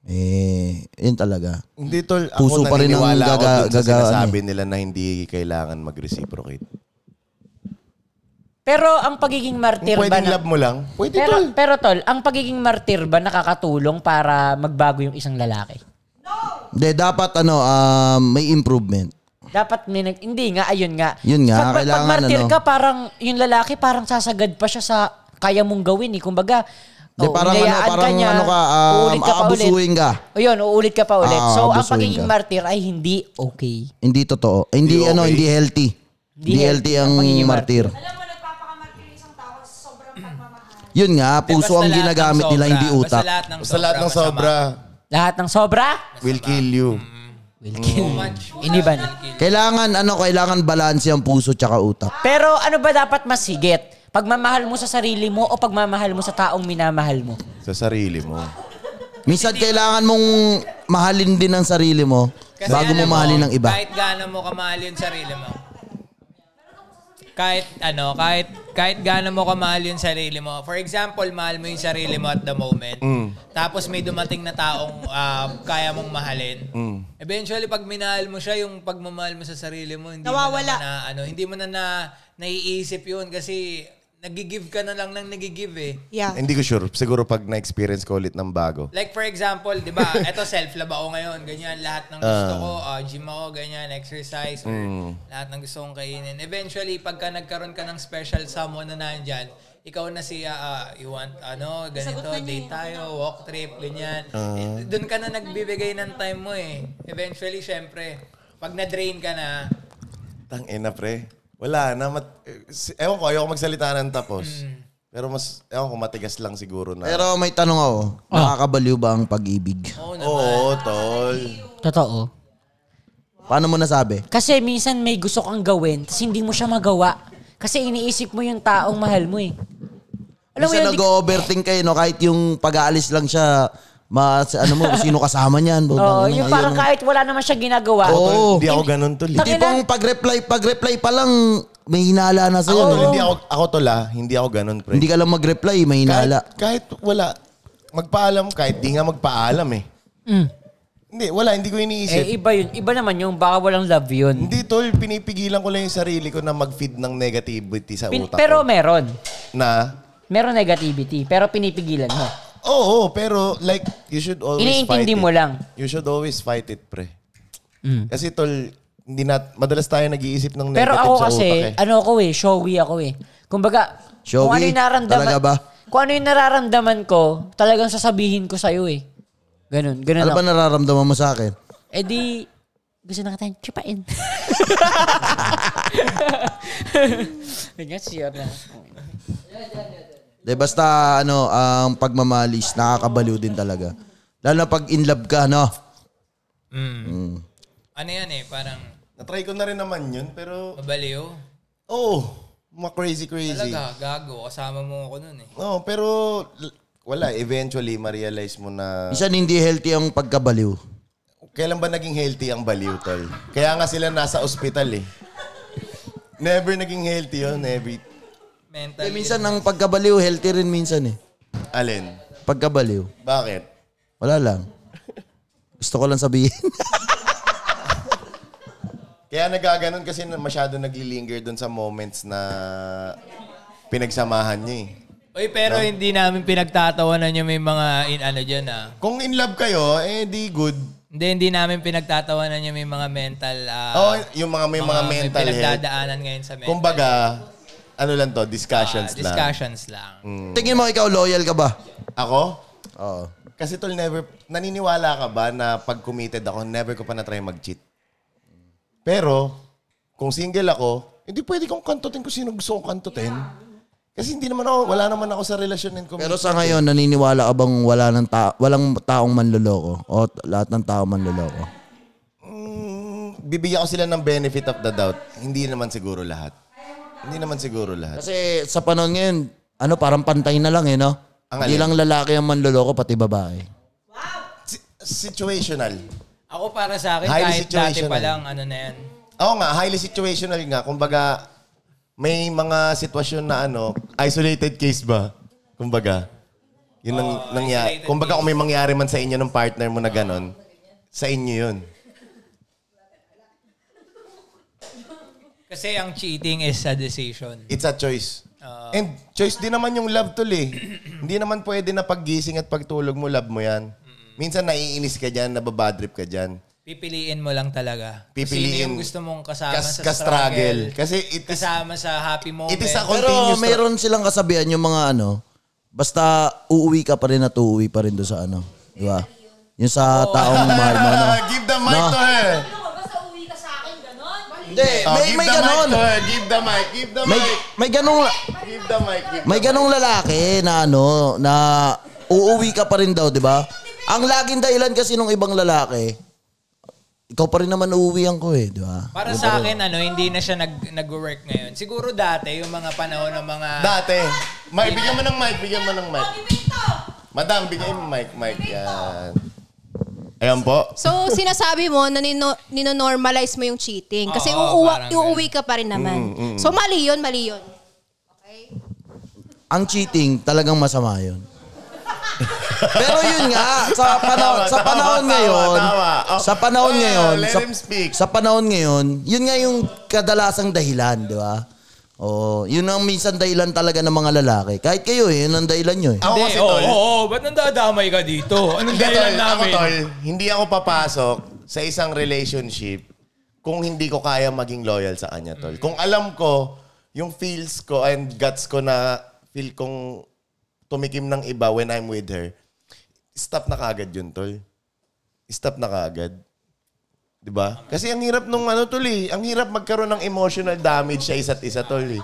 S2: eh, yun talaga.
S3: Hindi tol, ako
S2: Puso pa rin ang
S3: naniniwala ako
S2: gaga-
S3: dun sa
S2: gagaan eh.
S3: sinasabi nila na hindi kailangan mag-reciprocate.
S4: Pero ang pagiging martir
S3: Kung
S4: ba
S3: pwedeng
S4: na-
S3: love mo lang, pwede
S4: pero,
S3: tol.
S4: pero tol, ang pagiging martir ba nakakatulong para magbago yung isang lalaki?
S2: Hindi, dapat ano, ah, may improvement.
S4: Dapat may nag... Hindi nga, ayun nga.
S2: Yun nga,
S4: pag,
S2: kailangan
S4: pag martir
S2: ano.
S4: ka, parang yung lalaki parang sasagad pa siya sa kaya mong gawin eh. Kumbaga,
S2: Hindi,
S4: oh,
S2: parang ano,
S4: hinayaan
S2: parang
S4: niya,
S2: ano ka, um,
S4: uulit ka pa ulit.
S2: aabusuhin ka.
S4: O yun, uulit ka pa ulit.
S2: Ah,
S4: so, ang
S2: abusuhin
S4: pagiging
S2: ka.
S4: martir ay hindi okay.
S2: Hindi totoo. Eh, Hindi,
S3: Hindi
S2: ano,
S3: okay.
S2: hindi healthy. Hindi healthy ang
S4: pagiging
S2: martir.
S6: Alam mo, nagpapakamartir yung isang tao sa sobrang pagmamahal.
S2: Yun nga, puso ang ginagamit nila, hindi
S5: Basta
S2: utak.
S5: lahat ng
S3: Basta
S5: sobra.
S3: lahat ng
S5: masama.
S3: sobra
S4: Lahat ng sobra,
S3: will kill you.
S4: will kill.
S2: Hmm.
S5: Too much.
S4: Iniban.
S2: Kailangan, ano, kailangan balanse ang puso tsaka utak.
S4: Pero ano ba dapat mas higit? Pagmamahal mo sa sarili mo o pagmamahal mo sa taong minamahal mo?
S3: Sa sarili mo.
S2: Minsan kailangan mong mahalin din ang sarili mo
S5: Kasi
S2: bago mo
S5: alam
S2: mahalin ang iba.
S5: Kahit gaano mo kamahal yung sarili mo. Kahit ano, kahit kahit gaano mo kamahal yung sarili mo. For example, mahal mo yung sarili mo at the moment.
S3: Hmm.
S5: Tapos may dumating na taong ah, kaya mong mahalin.
S3: Hmm.
S5: Eventually pag minahal mo siya, yung pagmamahal mo sa sarili mo, hindi
S6: Nawawala.
S5: mo na, na- ano, hindi mo na, na naiisip yun kasi nagigive ka na lang ng nagigive eh.
S6: Yeah.
S3: Hindi ko sure. Siguro pag na-experience ko ulit ng bago.
S5: Like for example, 'di ba? Ito self-love ako ngayon. Ganyan lahat ng gusto ko, ah, gym ako, ganyan, exercise, or lahat ng gusto kong kainin. Eventually, pagka nagkaroon ka ng special someone na nandiyan, ikaw na siya, ah, you want ano, ganito, date tayo, walk trip, ganyan. Eh, Doon ka na nagbibigay ng time mo eh. Eventually, syempre, pag na-drain ka na,
S3: Tang ina pre. Wala na. Mat- eh, si- ewan ko, ayoko magsalita ng tapos. Pero mas, ewan ko, matigas lang siguro na.
S2: Pero may tanong ako,
S4: Ah.
S2: nakakabaliw ba ang pag-ibig?
S5: oh, na,
S3: Oo, tol.
S4: Totoo.
S2: Paano mo nasabi?
S4: Kasi minsan may gusto kang gawin, tapos hindi mo siya magawa. Kasi iniisip mo yung taong mahal mo eh. Alam mo
S2: Minsan
S4: yun, di-
S2: nag-overthink kayo, no? Kahit yung pag-aalis lang siya, ma, sa- ano mo, sino kasama niyan.
S4: Oo,
S2: babang-
S4: yung
S2: ayun,
S4: parang
S2: ano.
S4: kahit wala naman siya ginagawa.
S2: Oo.
S3: Tol, Hindi ako ganun, tol. eh.
S2: Yung tipong pag-reply, pag-reply pa lang, may hinala na sa'yo.
S3: Ako,
S2: no?
S3: tol, hindi ako, ako tol ah. Hindi ako ganun, pre.
S2: Hindi ka lang mag-reply, may hinala.
S3: kahit, kahit wala. Magpaalam, kahit di nga magpaalam eh. Hindi, wala. Hindi ko iniisip.
S4: eh, iba yun. Iba naman yung baka walang love yun.
S3: Hindi tol, pinipigilan ko lang yung sarili ko na mag-feed ng negativity sa
S4: Pin-
S3: utak
S4: pero
S3: ko.
S4: meron.
S3: Na,
S4: Meron negativity, pero pinipigilan mo.
S3: oo, pero like, you should always fight
S4: Iniintindi
S3: it.
S4: mo lang. Mm.
S3: You should always fight it, pre. Kasi tol, hindi nat madalas tayo nag-iisip ng negative
S4: Pero ako
S3: sa
S4: kasi,
S3: utak eh.
S4: ano ako eh, showy ako eh. Kumbaga, kung
S2: Showy?
S4: ano yung nararamdaman,
S2: Talaga ba?
S4: Kung ano yung nararamdaman ko, talagang sasabihin ko sa'yo eh. Ganun, ganun
S2: Ano
S4: ako.
S2: ba nararamdaman mo sa akin?
S4: Eh di, gusto na kita
S3: <laughs>
S4: chupain. Ganyan, sure na.
S2: De, basta ano, ang pagmamalis, nakakabaliw din talaga. Lalo na pag in love ka, no?
S5: mm, ano yan eh, parang
S3: Natry ko na rin naman yun, pero
S5: mabaliw.
S3: oh, mga crazy crazy.
S5: Talaga, gago. Kasama mo ako nun eh.
S3: Oo, pero l- wala, eventually ma-realize mo na
S2: Minsan hindi healthy ang pagkabaliw.
S3: kailan ba naging healthy ang baliw, tol? Kaya nga sila nasa ospital eh. Never naging healthy yun, every...
S5: Mental.
S2: De, Eh, minsan ang pagkabaliw, healthy rin minsan eh.
S3: Alin?
S2: Pagkabaliw.
S3: Bakit?
S2: Wala lang. Gusto ko lang sabihin. <laughs>
S3: Kaya nagaganon kasi na- masyado naglilinger dun sa moments na pinagsamahan niya eh.
S5: Uy, pero hindi namin pinagtatawanan yung may mga in ano dyan ah.
S3: Kung in love kayo, eh di good.
S5: Hindi, hindi namin pinagtatawanan yung may mga mental ah,
S3: Oh, yung mga may mga
S5: may
S3: mental eh. health.
S5: pinagdadaanan ngayon sa mental
S3: Kumbaga, ano lang to,
S5: ah,
S3: discussions lang. Mm.
S5: discussions lang.
S2: Tingin mo ikaw, loyal ka ba?
S3: Ako?
S2: Oo.
S3: Kasi tol, never, naniniwala ka ba na pag committed ako, never ko pa na-try mag-cheat? Pero, kung single ako, hindi pwede kong kantutin kung sino gusto kong kantutin. Kasi hindi naman ako, wala naman ako sa relasyon and committed.
S2: Pero sa ngayon, naniniwala ka bang wala ng ta- walang taong manloloko? O t- lahat ng tao manloloko?
S3: Mm, bibigyan ko sila ng benefit of the doubt. Hindi naman siguro lahat. Hindi naman siguro lahat.
S2: Kasi sa panahon ngayon, ano, parang pantay na lang eh, no?
S3: Ang
S2: Hindi
S3: alin?
S2: lang lalaki ang manloloko, pati babae.
S3: Si- situational.
S5: Ako para sa akin,
S3: Highly
S5: kahit dati pa
S3: situational.
S5: lang, ano na yan.
S3: Oo nga, highly situational nga. Kumbaga, may mga sitwasyon na ano, isolated case ba? Kumbaga, yun ang nangyari.
S5: isolated
S3: Kumbaga, kung may mangyari man sa inyo ng partner mo na ganon, sa inyo yun.
S5: Kasi ang cheating is a decision.
S3: It's a choice. And choice din naman yung love tol eh. Hindi naman pwede na paggising at pagtulog mo, love mo yan. Minsan naiinis ka dyan, nababadrip ka dyan.
S5: Pipiliin mo lang talaga. Kung
S3: Pipiliin.
S5: Sino yung gusto mong kasama
S3: Kas-
S5: sa
S3: ka-struggle.
S5: struggle.
S3: Kasi it is,
S5: kasama sa happy moment.
S3: it is a
S2: Pero
S3: continuous stru-
S2: meron silang kasabihan yung mga ano, basta uuwi ka pa rin at uuwi pa rin doon sa ano. Di ba? Yung sa taong mahal mo. No?
S3: <laughs> Give the mic
S2: No.
S3: to her.
S6: Basta uwi Ano ka sa akin, ganon.
S2: Hindi,
S3: Oh,
S2: may,
S3: give
S2: may
S3: the
S2: ganon.
S3: mic to her. Give the mic. Give the
S2: May,
S3: mic.
S2: may ganong, la-
S3: Give the mic. Give
S2: may ganong lalaki na ano, na uuwi ka pa rin daw, di ba? Ang laging dahilan kasi nung ibang lalaki, ikaw pa rin naman uuwihan ko eh, di ba?
S5: Para sa akin, ano, hindi na siya nag, nag-work ngayon. Siguro dati, yung mga panahon ng mga...
S3: Dati. Mike, bigyan mo ng mic. Bigyan mo ng mic.
S6: Oh, Pipinto!
S3: Madam, bigyan mo mic. Mic. Yan. Ayan po.
S1: So, sinasabi mo na nino, ninonormalize mo yung cheating. Kasi
S5: Oo,
S1: uuwa,
S5: parang
S1: uuwi ka pa rin
S3: Mm,
S1: naman. So, mali yun, mali yun.
S2: ang cheating talagang masama yun. Pero yun nga, sa panahon,
S3: Tama,
S2: sa
S3: tama,
S2: panahon
S3: tama,
S2: ngayon,
S3: tama. Oh.
S2: sa panahon
S3: Ah,
S2: ngayon,
S3: let
S2: sa,
S3: him speak.
S2: sa panahon ngayon, yun nga yung kadalasang dahilan, di ba? Oo, yun ang minsan dahilan talaga ng mga lalaki. Kahit kayo eh, yun ang dahilan nyo eh.
S3: Ako
S5: Hindi,
S3: kasi,
S5: oo,
S3: tol.
S5: oo, oo, ba't nandadamay ka dito? Anong
S3: Hindi,
S5: dahilan
S3: tol. Ako,
S5: namin?
S3: tol. Hindi ako papasok sa isang relationship kung hindi ko kaya maging loyal sa kanya, tol. Kung alam ko, yung feels ko and guts ko na feel kong tumikim ng iba when I'm with her, stop na kaagad yun, tol. Stop na kaagad. 'Di ba? Kasi ang hirap nung ano, tol eh. Ang hirap magkaroon ng emotional damage sa isa't isa, tol eh.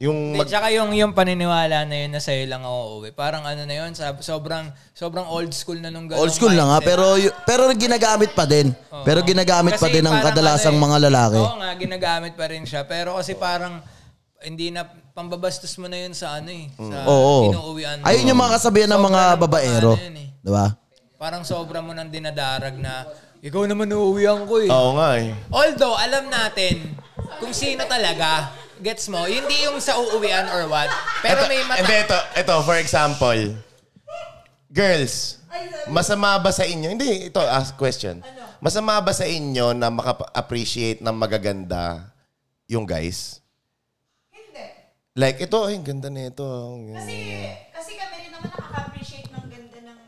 S3: Yung
S5: Hindi,
S3: mag-
S5: Tsaka yung, yung paniniwala na yun na sa'yo lang ako uuwi. Parang ano na yun, sab- sobrang, sobrang old school na nung ganun.
S2: Old school lang ha,
S5: eh.
S2: pero, y- pero ginagamit pa din. Pero ginagamit pa din ang kadalasang
S5: eh,
S2: mga lalaki.
S5: ano Oo nga, ginagamit pa rin siya. Pero kasi parang hindi na, pambabastos mo na yun sa ano eh. Sa
S2: Mm. Oo.
S5: inuuwian mo.
S2: Ayun yung mga kasabihan ng mga
S5: Sobrang
S2: babaero.
S5: ano yun eh.
S2: Di ba?
S5: Parang sobra mo nang dinadarag na, ikaw naman uuwihan ko eh.
S3: Oo nga eh.
S5: Although, alam natin kung sino talaga. Gets mo? Hindi yung sa uuwian or what.
S3: Eto-
S5: Pero may mata...
S3: Hindi, ito, ito, for example. Girls, masama ba sa inyo? Hindi, ito, ask question.
S5: Ano?
S3: Masama ba sa inyo na maka-appreciate ng magaganda yung guys? Hindi. Like, ito, ay, ang ganda na ito.
S6: Kasi, kasi kami rin naman nakaka-appreciate ng ganda ng,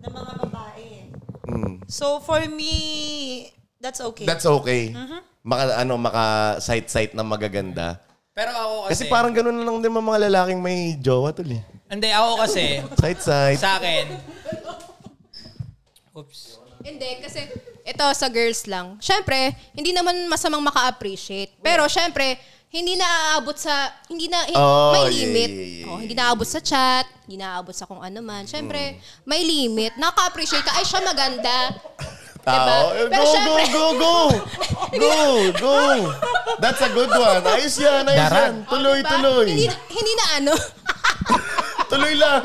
S6: ng mga babae. eh.
S3: Mm.
S6: So for me, that's okay.
S3: That's okay.
S5: Mhm.
S3: Maka, ano, maka-sight-sight ng magaganda.
S5: Pero ako kasi...
S3: Kasi parang ganun lang din mga lalaking may jowa tuloy.
S5: Hindi, ako kasi...
S3: Sight-sight.
S5: sa akin... Oops.
S1: Hindi, kasi ito sa girls lang. Siyempre, hindi naman masamang maka-appreciate. Pero siyempre, hindi na aabot sa, hindi na, hi-
S3: Oh,
S1: may
S3: yeah,
S1: limit.
S3: yeah, yeah, Mm.
S1: Oh, hindi na aabot sa chat, hindi na aabot sa kung ano man. Siyempre, may limit. Naka-appreciate ka, ay siya maganda. Diba?
S3: Tao. Eh,
S1: Pero
S3: Go, go,
S1: syempre-
S3: go, go! Go, go! That's a good one. Ayos yan, ayos
S5: Darat.
S3: yan. Tuloy,
S1: Diba?
S3: tuloy.
S1: Hindi, na- hindi na ano. <laughs>
S3: Tuloy lang.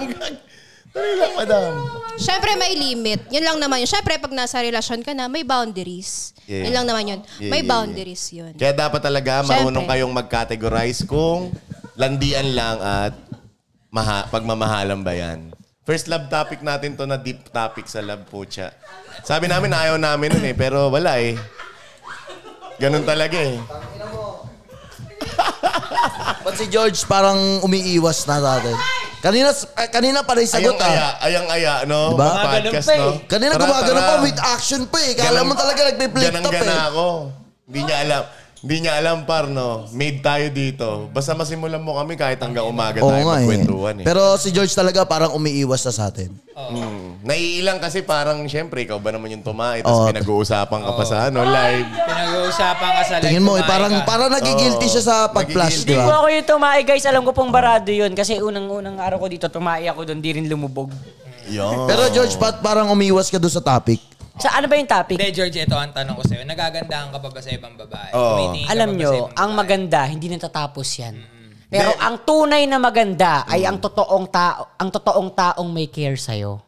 S3: Tuloy lang, madam.
S1: Siyempre, may limit. Yun lang naman yun. Siyempre, pag nasa relasyon ka na, may boundaries.
S3: Yeah.
S1: Yun lang naman yun.
S3: Yeah, yeah,
S1: may
S3: yeah.
S1: boundaries yun.
S3: Kaya dapat talaga marunong
S1: Siyempre.
S3: kayong mag-categorize kung landian lang at maha- pagmamahalan ba yan. First love topic natin to na deep topic sa love po siya. Sabi namin ayaw namin nun eh, pero wala eh. Ganun talaga eh.
S2: Ba't si George parang umiiwas na sa atin? Kanina, eh, kanina pa rin
S3: Ayang
S2: sagot
S3: aya,
S2: ah.
S3: ayang aya, no?
S2: Diba?
S3: Mga Podcast,
S5: Gumaganong pa
S3: no?
S5: eh.
S2: Kanina
S3: Tara,
S2: gumagano
S3: tara.
S2: pa with action pa eh. Kala mo talaga nagpe-flip
S3: Ganang
S2: top
S3: gana
S2: eh.
S3: ako. Hindi niya alam. Hindi niya alam, par, no? Made tayo dito. Basta masimulan mo kami kahit hanggang umaga
S2: Oo
S3: tayo
S2: nga eh.
S3: magkwentuhan eh.
S2: Pero si George talaga parang umiiwas na sa atin.
S3: Mm. Naiilang kasi parang, syempre, ikaw ba naman yung tumae,
S2: Oo.
S3: tapos pinag-uusapan ka pa sa ano, live.
S5: Pinag-uusapan ka sa live.
S2: Tingin mo eh,
S5: kumain
S2: parang,
S5: ka.
S2: parang nagigilty siya sa pag-flash,
S3: nagigilty.
S2: di
S4: Hindi po
S2: ba?
S4: ako yung tumae, guys. Alam ko pong barado yun. Kasi unang-unang araw ko dito, tumae ako doon, di rin lumubog.
S3: Yun.
S2: Pero George, ba't parang umiwas ka doon sa topic?
S4: Sa ano ba yung topic?
S5: Hindi, George, ito ang tanong ko sa'yo. Nagagandahan ka pa ba sa ibang babae?
S3: Oo.
S5: Tumitingin ka
S4: Alam
S5: pa ba sa
S4: nyo,
S5: ibang
S4: ang
S5: babae?
S4: maganda, hindi natatapos yan. Pero ang tunay na maganda ay ang totoong tao, ang totoong taong may care sa'yo.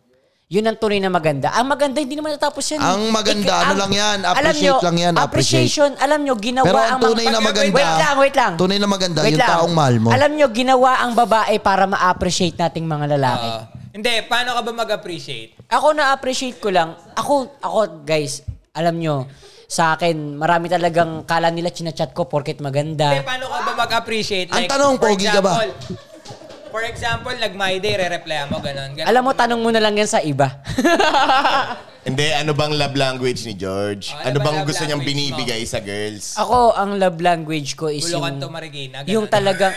S4: Yun ang tunay na maganda. Ang maganda, hindi naman natapos yan. eh.
S2: Ang maganda,
S4: Ik-
S2: ano lang yan, appreciate lang yan,
S4: Appreciation, alam nyo, ginawa
S2: Pero ang
S4: ang mga-
S2: tunay na maganda-
S4: Wait lang, wait lang.
S2: tunay na maganda, yung taong mahal mo.
S4: Alam nyo, ginawa ang babae para ma-appreciate nating mga lalaki.
S5: Ah, hindi, paano ka ba mag-appreciate?
S4: Ako na-appreciate ko lang. Ako, ako guys, alam nyo, sa akin, marami talagang kala nila chinachat ko porket maganda.
S5: Hindi, paano ka ba mag-appreciate?
S2: Ang tanong,
S5: for
S2: pogi ka ba?
S5: example- For example, nag-my day, re-reply mo, ganun. ganun.
S4: Alam mo, tanong mo na lang yan sa iba. <laughs>
S3: Hindi, ano bang love language ni George?
S5: Oh,
S3: ano
S5: ano ba
S3: bang
S5: love
S3: gusto niyang
S5: language mo?
S3: binibigay sa girls?
S4: ako, ang love language ko is
S5: Bulukan to,
S4: yung...
S5: Marikina. Ganun.
S4: Yung
S5: <laughs>
S4: talagang... <laughs>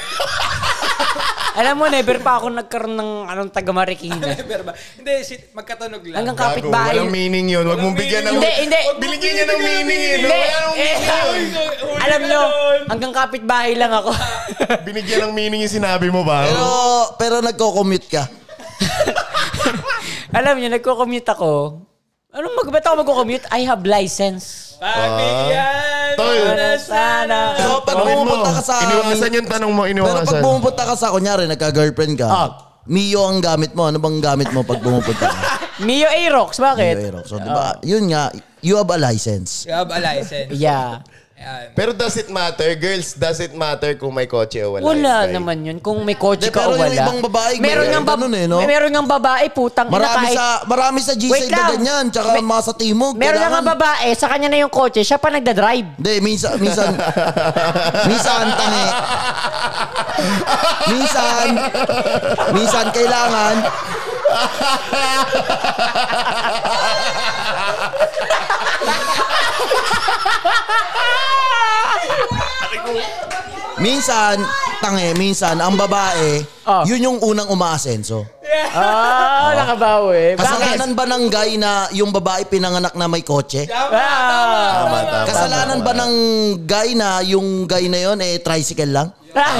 S4: alam mo, never pa ako nagkaroon ng anong taga Marikina.
S5: <laughs> Never ba? Hindi, sit- magkatunog lang.
S4: Hanggang
S3: Gago,
S4: kapitbahay.
S3: Walang meaning yun. Huwag mong
S5: Walang
S3: bigyan ng...
S5: meaning
S4: Hindi, hindi.
S3: Binigyan niya ng meaning eh. no?
S4: Hindi.
S3: Wala nang
S4: Eh,
S3: meaning yun.
S5: Huli
S4: alam
S5: ka
S4: nyo,
S5: doon.
S4: hanggang kapitbahay lang ako. <laughs>
S3: Binigyan ng meaning yung sinabi mo ba?
S2: Pero, pero nagko-commute ka.
S4: alam nyo, nagko-commute ako. Anong mag, ba't ako magko-commute? I have license.
S5: Pagbigyan mo
S3: Tol.
S5: na sana.
S2: Pero pag
S3: Bakit mo?
S2: pumupunta ka sa amin-
S3: Iniwasan yung tanong mo,
S2: Pero
S3: iniwasan.
S2: pag pumupunta ka sa, kunyari, nagka-girlfriend ka,
S4: Ah.
S2: Mio ang gamit mo. Ano bang gamit mo pag pumupunta ka?
S4: Mio Aerox, bakit?
S2: Mio Aerox. So, di ba, yun nga, you have a license.
S5: You have a license.
S4: Yeah.
S5: Ayan.
S3: Pero does it matter, girls? Does it matter kung may kotse o wala?
S4: Wala
S3: It's like-
S4: naman yun. Kung may kotse
S2: Hindi,
S4: ka
S2: pero
S4: o
S2: yung
S4: wala.
S2: ibang babae,
S4: meron
S2: meron
S4: ng bab-
S2: ganun eh, no?
S4: Meron ng babae, putang ina
S2: Marami
S4: kahit.
S2: sa marami sa
S4: Wait
S2: G-Side na
S4: lang.
S2: ganyan, tsaka
S4: May-
S2: mga sa Timog.
S4: meron ng
S2: kailangan-
S4: babae, sa kanya na yung kotse, siya pa nagda-drive.
S2: Hindi, minsan, minsan,
S4: <laughs>
S2: minsan, tangi. Minsan, minsan kailangan, minsan, tangi, minsan, ang babae,
S4: Oh.
S2: yun yung unang umaasenso.
S4: Ah, nakabawi. Bakit?
S2: Kasalanan ba ng guy na yung babae pinanganak na may kotse?
S5: Tama, tama.
S4: Ah.
S3: Tama, tama.
S2: Kasalanan ba ng guy na yung guy na yon eh tricycle lang?
S4: Ah,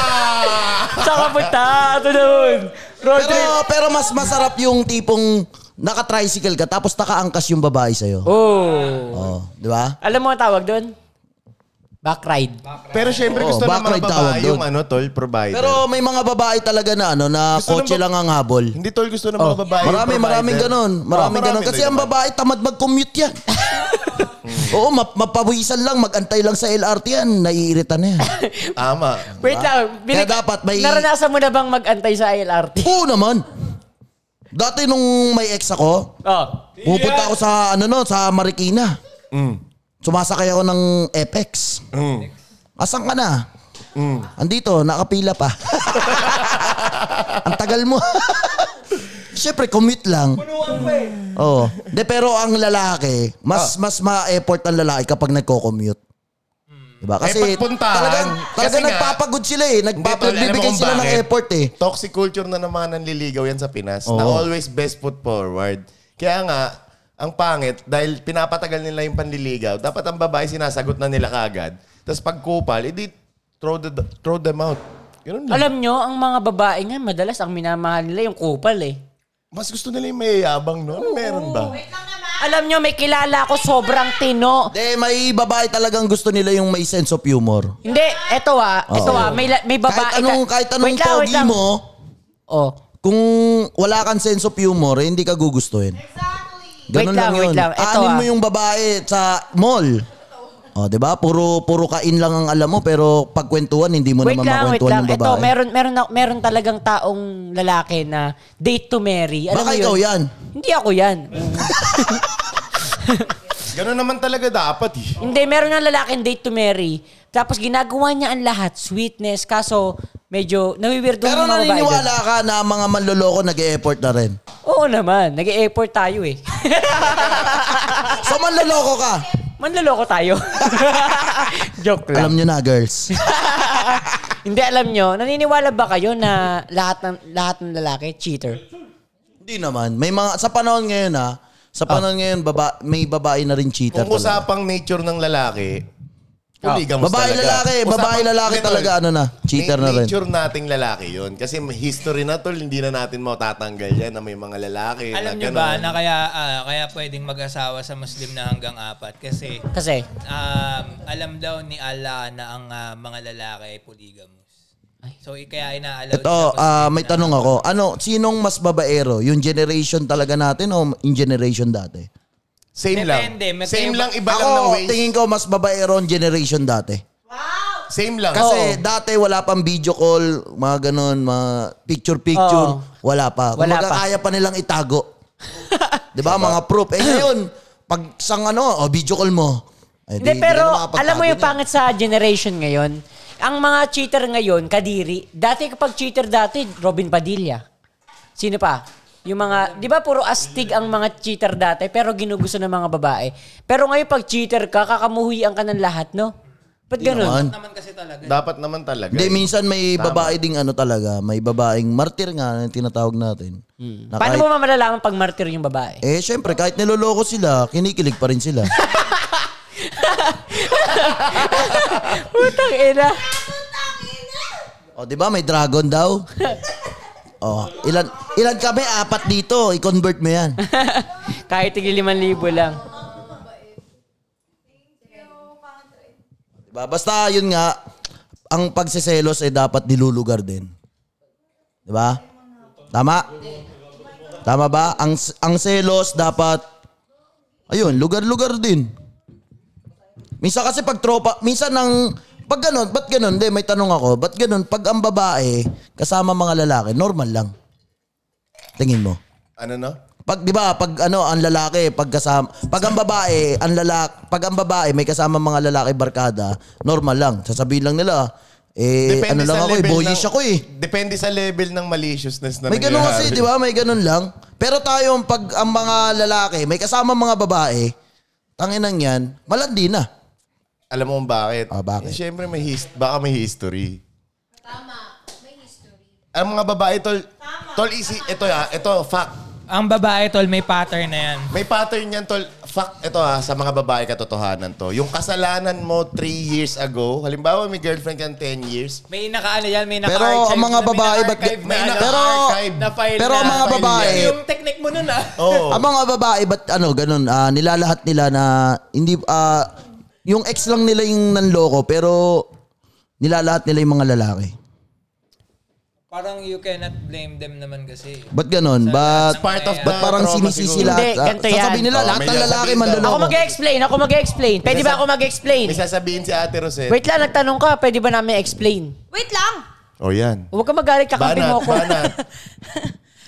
S4: <laughs> Saka punta, ito na yun. Road
S2: Pero
S4: trip.
S2: pero mas masarap yung tipong naka-tricycle ka tapos nakaangkas yung babae sa iyo.
S4: Oh.
S2: Oh, di ba?
S4: Alam mo ang tawag doon? Backride.
S3: Pero syempre
S2: Oo,
S3: gusto ng mga
S2: backride Oh, tawag
S3: babae
S2: doon.
S3: yung ano, tol, provider.
S2: Pero may mga babae talaga na ano na
S3: Gusto ng
S2: kotse
S3: bab-
S2: lang ang habol.
S3: hindi tol, gusto ng mga babae
S2: Oh, Marami,
S3: yung provider. Oh,
S2: maraming ganun.
S3: Oo,
S2: Maraming ganun.
S3: na
S2: Kasi
S3: yun,
S2: ang
S3: man.
S2: babae tamad mag-commute
S3: <laughs>
S2: yan. Oo, map mapawisan lang, magantay lang sa LRT yan. Naiirita na yan.
S3: Tama.
S4: Wait lang.
S2: Kaya dapat may-
S4: Naranasan mo na bang magantay sa ILRT?
S2: Oo naman. Dati nung may ex ako,
S4: Oh.
S2: Pupunta ako sa ano no, sa Marikina.
S3: Mm.
S2: Sumasakay ako ng FX. Asan ka na?
S3: Mm.
S2: Andito, nakapila pa. <laughs> ang tagal mo. <laughs> Siyempre, commute lang. Oo. De, pero ang lalaki, mas
S3: Ah.
S2: mas ma-effort ang lalaki kapag nagko-commute. Diba?
S3: Eh,
S2: Kasi
S3: pagpuntahan,
S2: talagang, talagang
S3: kasi nga-
S2: nagpapagod sila eh.
S3: Hindi, tol, alam mo
S2: Nagpapagbibigay
S3: kung
S2: sila ng
S3: bakit?
S2: effort eh.
S3: Toxic culture na naman ang liligaw yan sa Pinas. Na
S2: Oo.
S3: always best foot forward. Kaya nga, ang pangit, dahil pinapatagal nila yung panliligaw, dapat ang babae sinasagot na nila kaagad. Tapos pagkupal, edi throw, the, throw them out.
S2: Hmm.
S3: Ganun lang.
S4: Alam nyo, ang mga babae nga, madalas ang minamahal nila yung kupal eh.
S3: Mas gusto nila yung mayayabang, no? Ano meron ba?
S4: Alam nyo, may kilala ako sobrang tino.
S2: De, may babae talagang gusto nila yung may sense of humor.
S4: Hindi, eto ah. Eto
S2: Oo.
S4: ah. May, la- may babae.
S2: Oh. Kahit anong,
S4: ka-
S2: kahit anong
S4: Wait lang, wait
S2: pogi
S4: lang.
S2: mo,
S4: Oh.
S2: kung wala kang sense of humor, eh, hindi ka gugustuhin. Ganun
S4: Wait lang,
S2: lang, yun.
S4: wait lang. Ito,
S2: Aanin mo
S4: ah.
S2: yung babae sa mall. O, di ba? Puro, puro kain lang ang alam mo, pero pagkwentuhan, hindi mo
S4: Wait
S2: naman
S4: lang, wait
S2: makwentuhan
S4: lang.
S2: ano ng babae.
S4: Eto, meron, meron, na- meron talagang taong lalaki na date to marry. Alam mo
S2: Baka
S4: yun?
S2: ikaw yan.
S4: Hindi ako yan.
S3: Ganun naman talaga dapat eh.
S4: Hindi, meron ng lalaking date to marry. Tapos ginagawa niya ang lahat. Sweetness. Kaso, medyo nawiwirdo ng
S2: Pero
S4: mga babae.
S2: naniniwala ka na ang mga manloloko nag-e-effort na rin.
S4: doon. Oo naman. nag effort tayo eh. <laughs>
S2: So manloloko ka.
S4: Manloloko tayo. <laughs> Joke lang.
S2: Alam nyo na, girls.
S4: Hindi, alam nyo, naniniwala ba kayo na lahat ng lahat ng lalaki cheater?
S2: hindi naman. May mga, sa panahon ngayon ha, sa panahon ngayon, baba, may babae na rin cheater
S3: Kung
S2: talaga. Ah,
S3: usapang nature ng lalaki, polygamos
S2: Babae
S3: talaga.
S2: lalaki, babae
S3: Usapang-
S2: lalaki
S3: Hindi, tol.
S2: talaga, ano na, cheater
S3: Na-
S2: na rin.
S3: Nature nating lalaki yun. Kasi may history na tol, hindi na natin matatanggal yan na may mga lalaki na
S5: Alam nyo
S3: ganun.
S5: ba na kaya, ah, kaya pwedeng mag-asawa sa Muslim na hanggang apat? Kasi
S4: Kasi,
S5: um, alam daw ni Allah na ang ah, mga lalaki ay polygamous. So, i- kaya inaallow
S2: Ito,
S5: sila
S2: ah, may tanong ako. Ano, sinong mas babaero? Yung generation talaga natin o in generation dati?
S3: Same
S5: Depende,
S3: lang.
S5: may
S3: Same
S5: favorite-
S3: lang, iba lang ng
S2: Ako,
S3: ways.
S2: tingin ko mas babaero ang generation dati.
S3: Same lang.
S2: Kasi dati wala pang video call, mga ganun, mga picture-picture,
S4: Oo.
S2: wala pa. Kung
S4: Wala pa.
S2: kaya pa nilang itago.
S4: <laughs>
S2: 'Di ba? Mga proof. Eh ngayon, pag sang ano, oh, video call mo. Eh,
S4: Hindi,
S2: di- di
S4: pero
S2: ka na makapagtago
S4: alam mo yung
S2: niya.
S4: pangit sa generation ngayon, ang mga cheater ngayon, kadiri. Dati kapag cheater dati, Robin Padilla. Sino pa? Yung mga, di ba puro astig ang mga cheater dati, pero ginugusto ng mga babae. Pero ngayon pag cheater ka, kakamuhian ka ng lahat, no? Ba't
S2: Naman.
S4: ganun?
S5: naman kasi talaga.
S3: Dapat naman talaga.
S2: Hindi, minsan may
S3: Tama.
S2: babae ding ano talaga, may babaeng martir nga na tinatawag natin. Na
S4: Hmm. Paano
S2: kahit-
S4: mo malalaman pag martir yung babae?
S2: Eh, syempre, kahit niloloko sila, kinikilig pa rin sila.
S4: Putang ina.
S2: o, di ba? May dragon daw. O, ilan, ilan kami? Apat dito. I-convert mo yan.
S3: <laughs>
S4: Kahit tigil 5,000 lang.
S2: Di ba? Diba? Basta, yun nga, ang pagsiselos ay dapat nilulugar din. Di ba? Tama? Tama ba? Ang, ang selos dapat, ayun, lugar-lugar din. Minsan kasi pag tropa, minsan ang, pag ganun, ba't ganun? Hindi, may tanong ako. Ba't ganun? Pag ang babae, kasama mga lalaki, normal lang. Tingin mo.
S3: Ano na?
S2: Pag 'di ba, pag ano, ang lalaki pag kasama, pag ang babae, ang lalaki, pag ang babae may kasama mga lalaki barkada, normal lang. Sasabihin lang nila, eh ano lang ako, eh, boyish
S3: ng-
S2: ako eh.
S3: Depende sa level ng maliciousness na
S2: May ganun kasi,
S3: nangyayari.
S2: di ba? May ganun lang. Pero tayo, pag ang mga lalaki, may kasama mga babae, tanginang yan, malandi na.
S3: Alam mo kung bakit?
S2: Ah, bakit?
S3: Eh, Siyempre, may his- baka may history. Tama. May history. Ang mga babae, tol, tol, isi, ito ha, ito, fact.
S5: Ang babae, tol, may pattern na yan.
S3: May pattern yan, tol. Fact, ito ha, sa mga babae, katotohanan to. Yung kasalanan mo 3 years ago, halimbawa may girlfriend kang 10 years,
S5: May nakaano yan, may
S2: Pero
S5: naka-archive.
S2: ang mga
S5: na- may
S2: babae, ba't-
S5: naka-archive na,
S3: may
S5: ano,
S2: pero,
S3: naka-archive
S5: na file
S2: pero
S5: na.
S2: ang mga
S5: File
S2: babae,
S5: yan. Yung technique mo nun ah.
S3: Oo.
S2: Ang mga babae, ba't ano, ganun, ah, nilalahat nila na, hindi, ah, yung ex lang nila yung nanloko, pero nilalahat nila yung mga lalaki.
S5: Parang you cannot blame them naman kasi.
S2: Ba't ganun? Ba't,
S3: part of
S2: ba't
S3: the
S2: parang
S3: trauma
S2: sinisisi
S3: siguro.
S2: lahat?
S4: Hindi, ganito
S2: Ah, Sasabihin
S4: yan.
S2: nila,
S3: Oh,
S2: lahat
S3: may
S2: ng lalaki
S3: sasabihin Oh, daw.
S2: manloloko.
S4: Ako mag-explain, ako mag-explain. Pwede ba ako mag-explain?
S3: May sasabihin si Ate Rosette.
S4: Wait lang, nagtanong ka, pwede ba namin explain?
S6: Wait lang.
S3: O Oh, yan.
S4: Huwag ka magalit, kakampi
S3: Banat,
S4: mo ako.
S3: banat.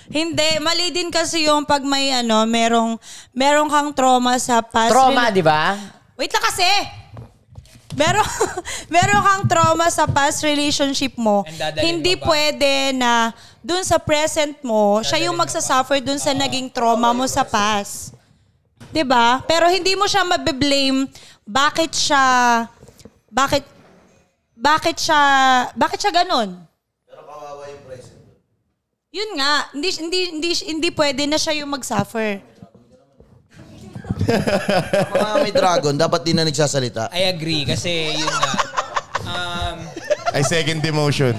S6: Hindi, mali din kasi yung pag may ano, merong, merong kang trauma sa past.
S4: <laughs> Trauma,
S6: rela-
S4: di ba?
S6: Wait lang kasi. Meron, <laughs> meron kang trauma sa past relationship mo.
S5: And dadalhin
S6: Hindi
S5: mo ba?
S6: pwede na dun sa present mo, siya yung magsasuffer dun sa naging trauma mo sa past. 'Di ba? Pero hindi mo siya mabe-blame bakit siya bakit bakit siya bakit siya ganun. Yun nga, hindi hindi hindi hindi pwede na siya yung mag-suffer.
S2: Mga may dragon, dapat di na nagsasalita.
S5: I agree kasi yun nga. Um,
S3: I second demotion.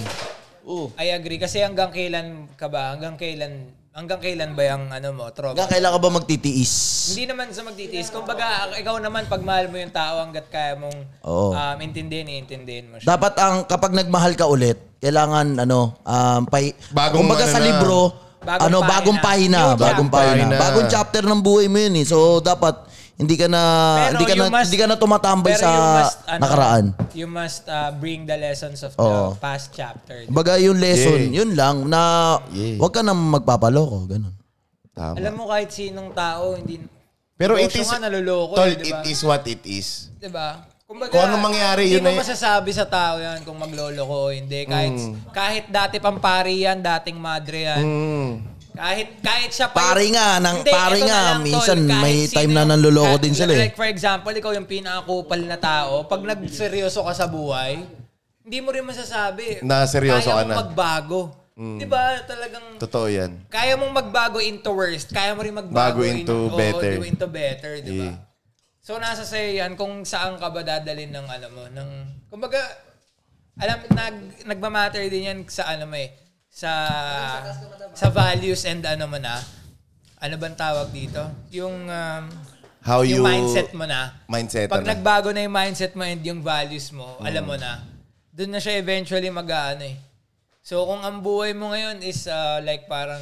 S5: I agree kasi hanggang kailan ka ba? Hanggang kailan hanggang kailan ba yung ano mo,
S2: Hanggang
S5: trauma?
S2: kailan ka ba magtitiis?
S5: Hindi naman sa magtitiis. Kumbaga, ikaw naman pag mahal mo yung tao hanggat kaya mong
S2: Oo.
S5: um, intindihin, iintindihin mo siya.
S2: Dapat ang kapag nagmahal ka ulit, kailangan ano, um, pay,
S3: Bagong
S2: kumbaga
S3: ano
S2: sa
S3: na.
S2: libro,
S5: Bagong
S2: ano, bagong
S5: pahina.
S2: pahina.
S5: New chapter.
S2: bagong pahina.
S3: Pahina.
S2: Bagong chapter ng buhay mo yun eh. So, dapat hindi ka na,
S5: Pero
S2: hindi ka na,
S5: you must-
S2: hindi ka na tumatambay
S5: pero
S2: sa
S5: you must, ano,
S2: nakaraan.
S5: You must uh, bring the lessons of
S2: Oo.
S5: the past chapter.
S2: Baga yung lesson,
S3: Yeah.
S2: yun lang, na
S3: Yeah.
S2: huwag ka na magpapaloko. Ganun.
S3: Tama.
S5: Alam mo kahit sinong tao, hindi...
S3: Pero it
S5: Negosyo
S3: is,
S5: nga, naloloko
S3: tol,
S5: eh, di
S3: it
S5: ba?
S3: is what it is.
S5: Diba? Kumbaga,
S3: Kung anong mangyari, yun
S5: Hindi
S3: na
S5: mo
S3: yun.
S5: masasabi sa tao yan kung maglolo ko o hindi. Kahit,
S2: Mm.
S5: kahit dati pang pari yan, dating madre yan.
S3: Mm,
S5: Kahit, kahit siya pa...
S2: Pari
S5: yung-
S2: nga, nang-
S5: Hindi,
S2: pari
S5: ito
S2: nga,
S5: na lang, tol.
S2: minsan
S5: Kahit
S2: may
S5: sino
S2: time na
S5: yung-
S2: nanloloko
S5: kahit-
S2: din sila eh.
S5: Like for example, ikaw yung pinakakupal na tao. Pag nagseryoso ka sa buhay, hindi mo rin masasabi.
S3: Na seryoso ka
S5: kaya mong
S3: na.
S5: magbago.
S2: Mm.
S5: Di ba? Talagang
S3: Totoo yan.
S5: kaya mong magbago into worst, kaya mo rin
S3: Bago
S5: magbago
S3: into
S5: oo,
S3: better.
S5: di- into better, di ba?
S3: Yeah.
S5: So nasa sa'yo yan kung saan ka ba dadalhin ng ano mo, ng kumbaga alam nag nagmamatter din yan sa ano mo eh, sa sa values and ano mo na. Ano bang tawag dito? Yung um,
S3: How
S5: yung
S3: you-
S5: mindset mo na.
S3: Mindset na.
S5: Pag
S3: Mm.
S5: nagbago na yung mindset mo and yung values mo, alam mo na. Doon na siya eventually mag-ano eh So kung ang buhay mo ngayon is ah, like parang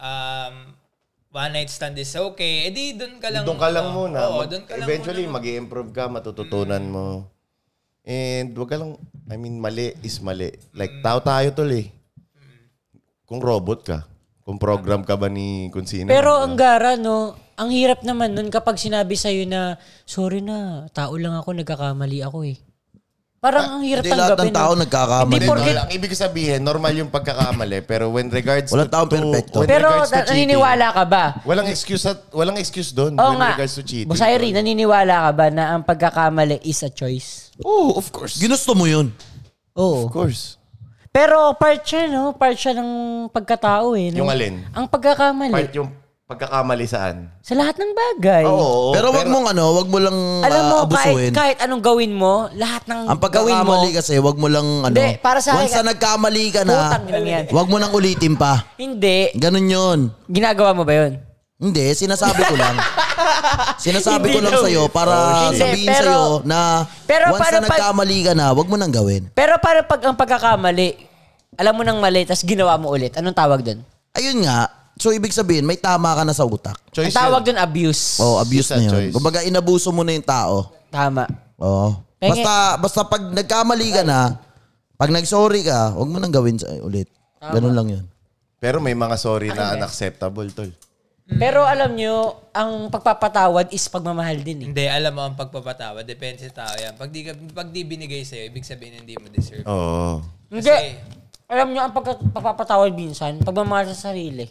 S5: um, one night stand is okay, edi doon ka lang.
S3: Doon ka lang
S5: ah,
S3: muna.
S5: Oo,
S3: Mag-
S5: doon ka lang
S3: eventually,
S5: muna.
S3: mag improve ka, matututunan mo. And wag ka lang, I mean, mali is mali. Like,
S5: Mm.
S3: tao tayo tol eh. Kung robot ka, kung program
S5: Ano?
S3: ka ba ni kung sino.
S4: Pero ang gara, no, ang hirap naman nun kapag sinabi sa'yo na, sorry na, tao lang ako, nagkakamali ako eh. Parang ang hirap
S2: Hindi lahat
S4: tanggapin.
S2: ng tao
S4: no?
S2: nagkakamali.
S4: Hindi
S3: Hindi,
S4: porket,
S3: no, ang ibig sabihin, normal yung pagkakamali. Pero when regards
S2: Walang
S3: to...
S2: taong
S3: to-
S2: perfecto.
S3: when
S4: pero
S3: regards to
S4: na-
S3: cheating,
S4: naniniwala ka ba?
S3: Walang excuse at walang excuse doon
S4: Oo
S3: when
S4: nga.
S3: regards to cheating.
S4: Busayri, naniniwala ka ba na ang pagkakamali is a choice?
S3: Oh, of course.
S2: Ginusto mo yun.
S4: Oo.
S3: Of course.
S4: Pero part siya, no? Part siya ng pagkatao eh. no?
S3: Yung alin?
S4: Ang pagkakamali.
S3: Part yung pagkakamali saan.
S4: Sa lahat ng bagay.
S3: Oo, oo,
S2: pero wag mong ano, wag mo lang ah,
S4: Alam mo, kahit,
S2: abusuhin.
S4: kahit anong gawin mo, lahat ng gawin mo,
S2: ang pagkakamali kasi, wag mo lang ano.
S4: Hindi, para sa
S2: once
S4: akin-
S2: na nagkamali ka na,
S4: Putang ina yan.
S2: wag mo nang ulitin pa.
S4: hindi.
S2: Ganun yun.
S4: Ginagawa mo ba yun?
S2: Hindi, sinasabi ko
S4: <laughs>
S2: lang. sinasabi ko
S4: Hindi
S2: lang
S4: daw.
S2: sa'yo
S4: Oh,
S2: para
S4: shit.
S2: sabihin
S4: Pero-
S2: sa'yo na
S4: pero
S2: once
S4: para
S2: na
S4: pag-
S2: nagkamali ka na, wag mo nang gawin.
S4: Pero para pag ang pagkakamali, alam mo nang mali, tapos ginawa mo ulit. Anong tawag doon?
S2: Ayun nga, so ibig sabihin, may tama ka na sa utak.
S4: Ang
S3: Choice
S4: tawag
S3: yun.
S4: doon, abuse.
S2: Oh, abuse
S3: Isa
S2: na yun.
S3: choice.
S2: Kumbaga, inabuso mo na yung tao.
S4: Tama.
S2: Oo.
S4: Penge.
S2: Basta, basta pag nagkamali ka na, pag nag-sorry ka, huwag mo nang gawin sa, ulit. Ganun lang yun.
S3: Pero may mga sorry
S4: Ano
S3: na unacceptable, tol.
S4: Pero alam nyo, ang pagpapatawad is pagmamahal din eh.
S5: Hindi, alam mo ang pagpapatawa. Depende sa tao yan. Pag di, ka- pag di binigay sa'yo, ibig sabihin hindi mo deserve.
S3: Oo.
S4: Hindi. Alam nyo, ang pagka- pagpapatawad minsan, pagmamahal sa sarili.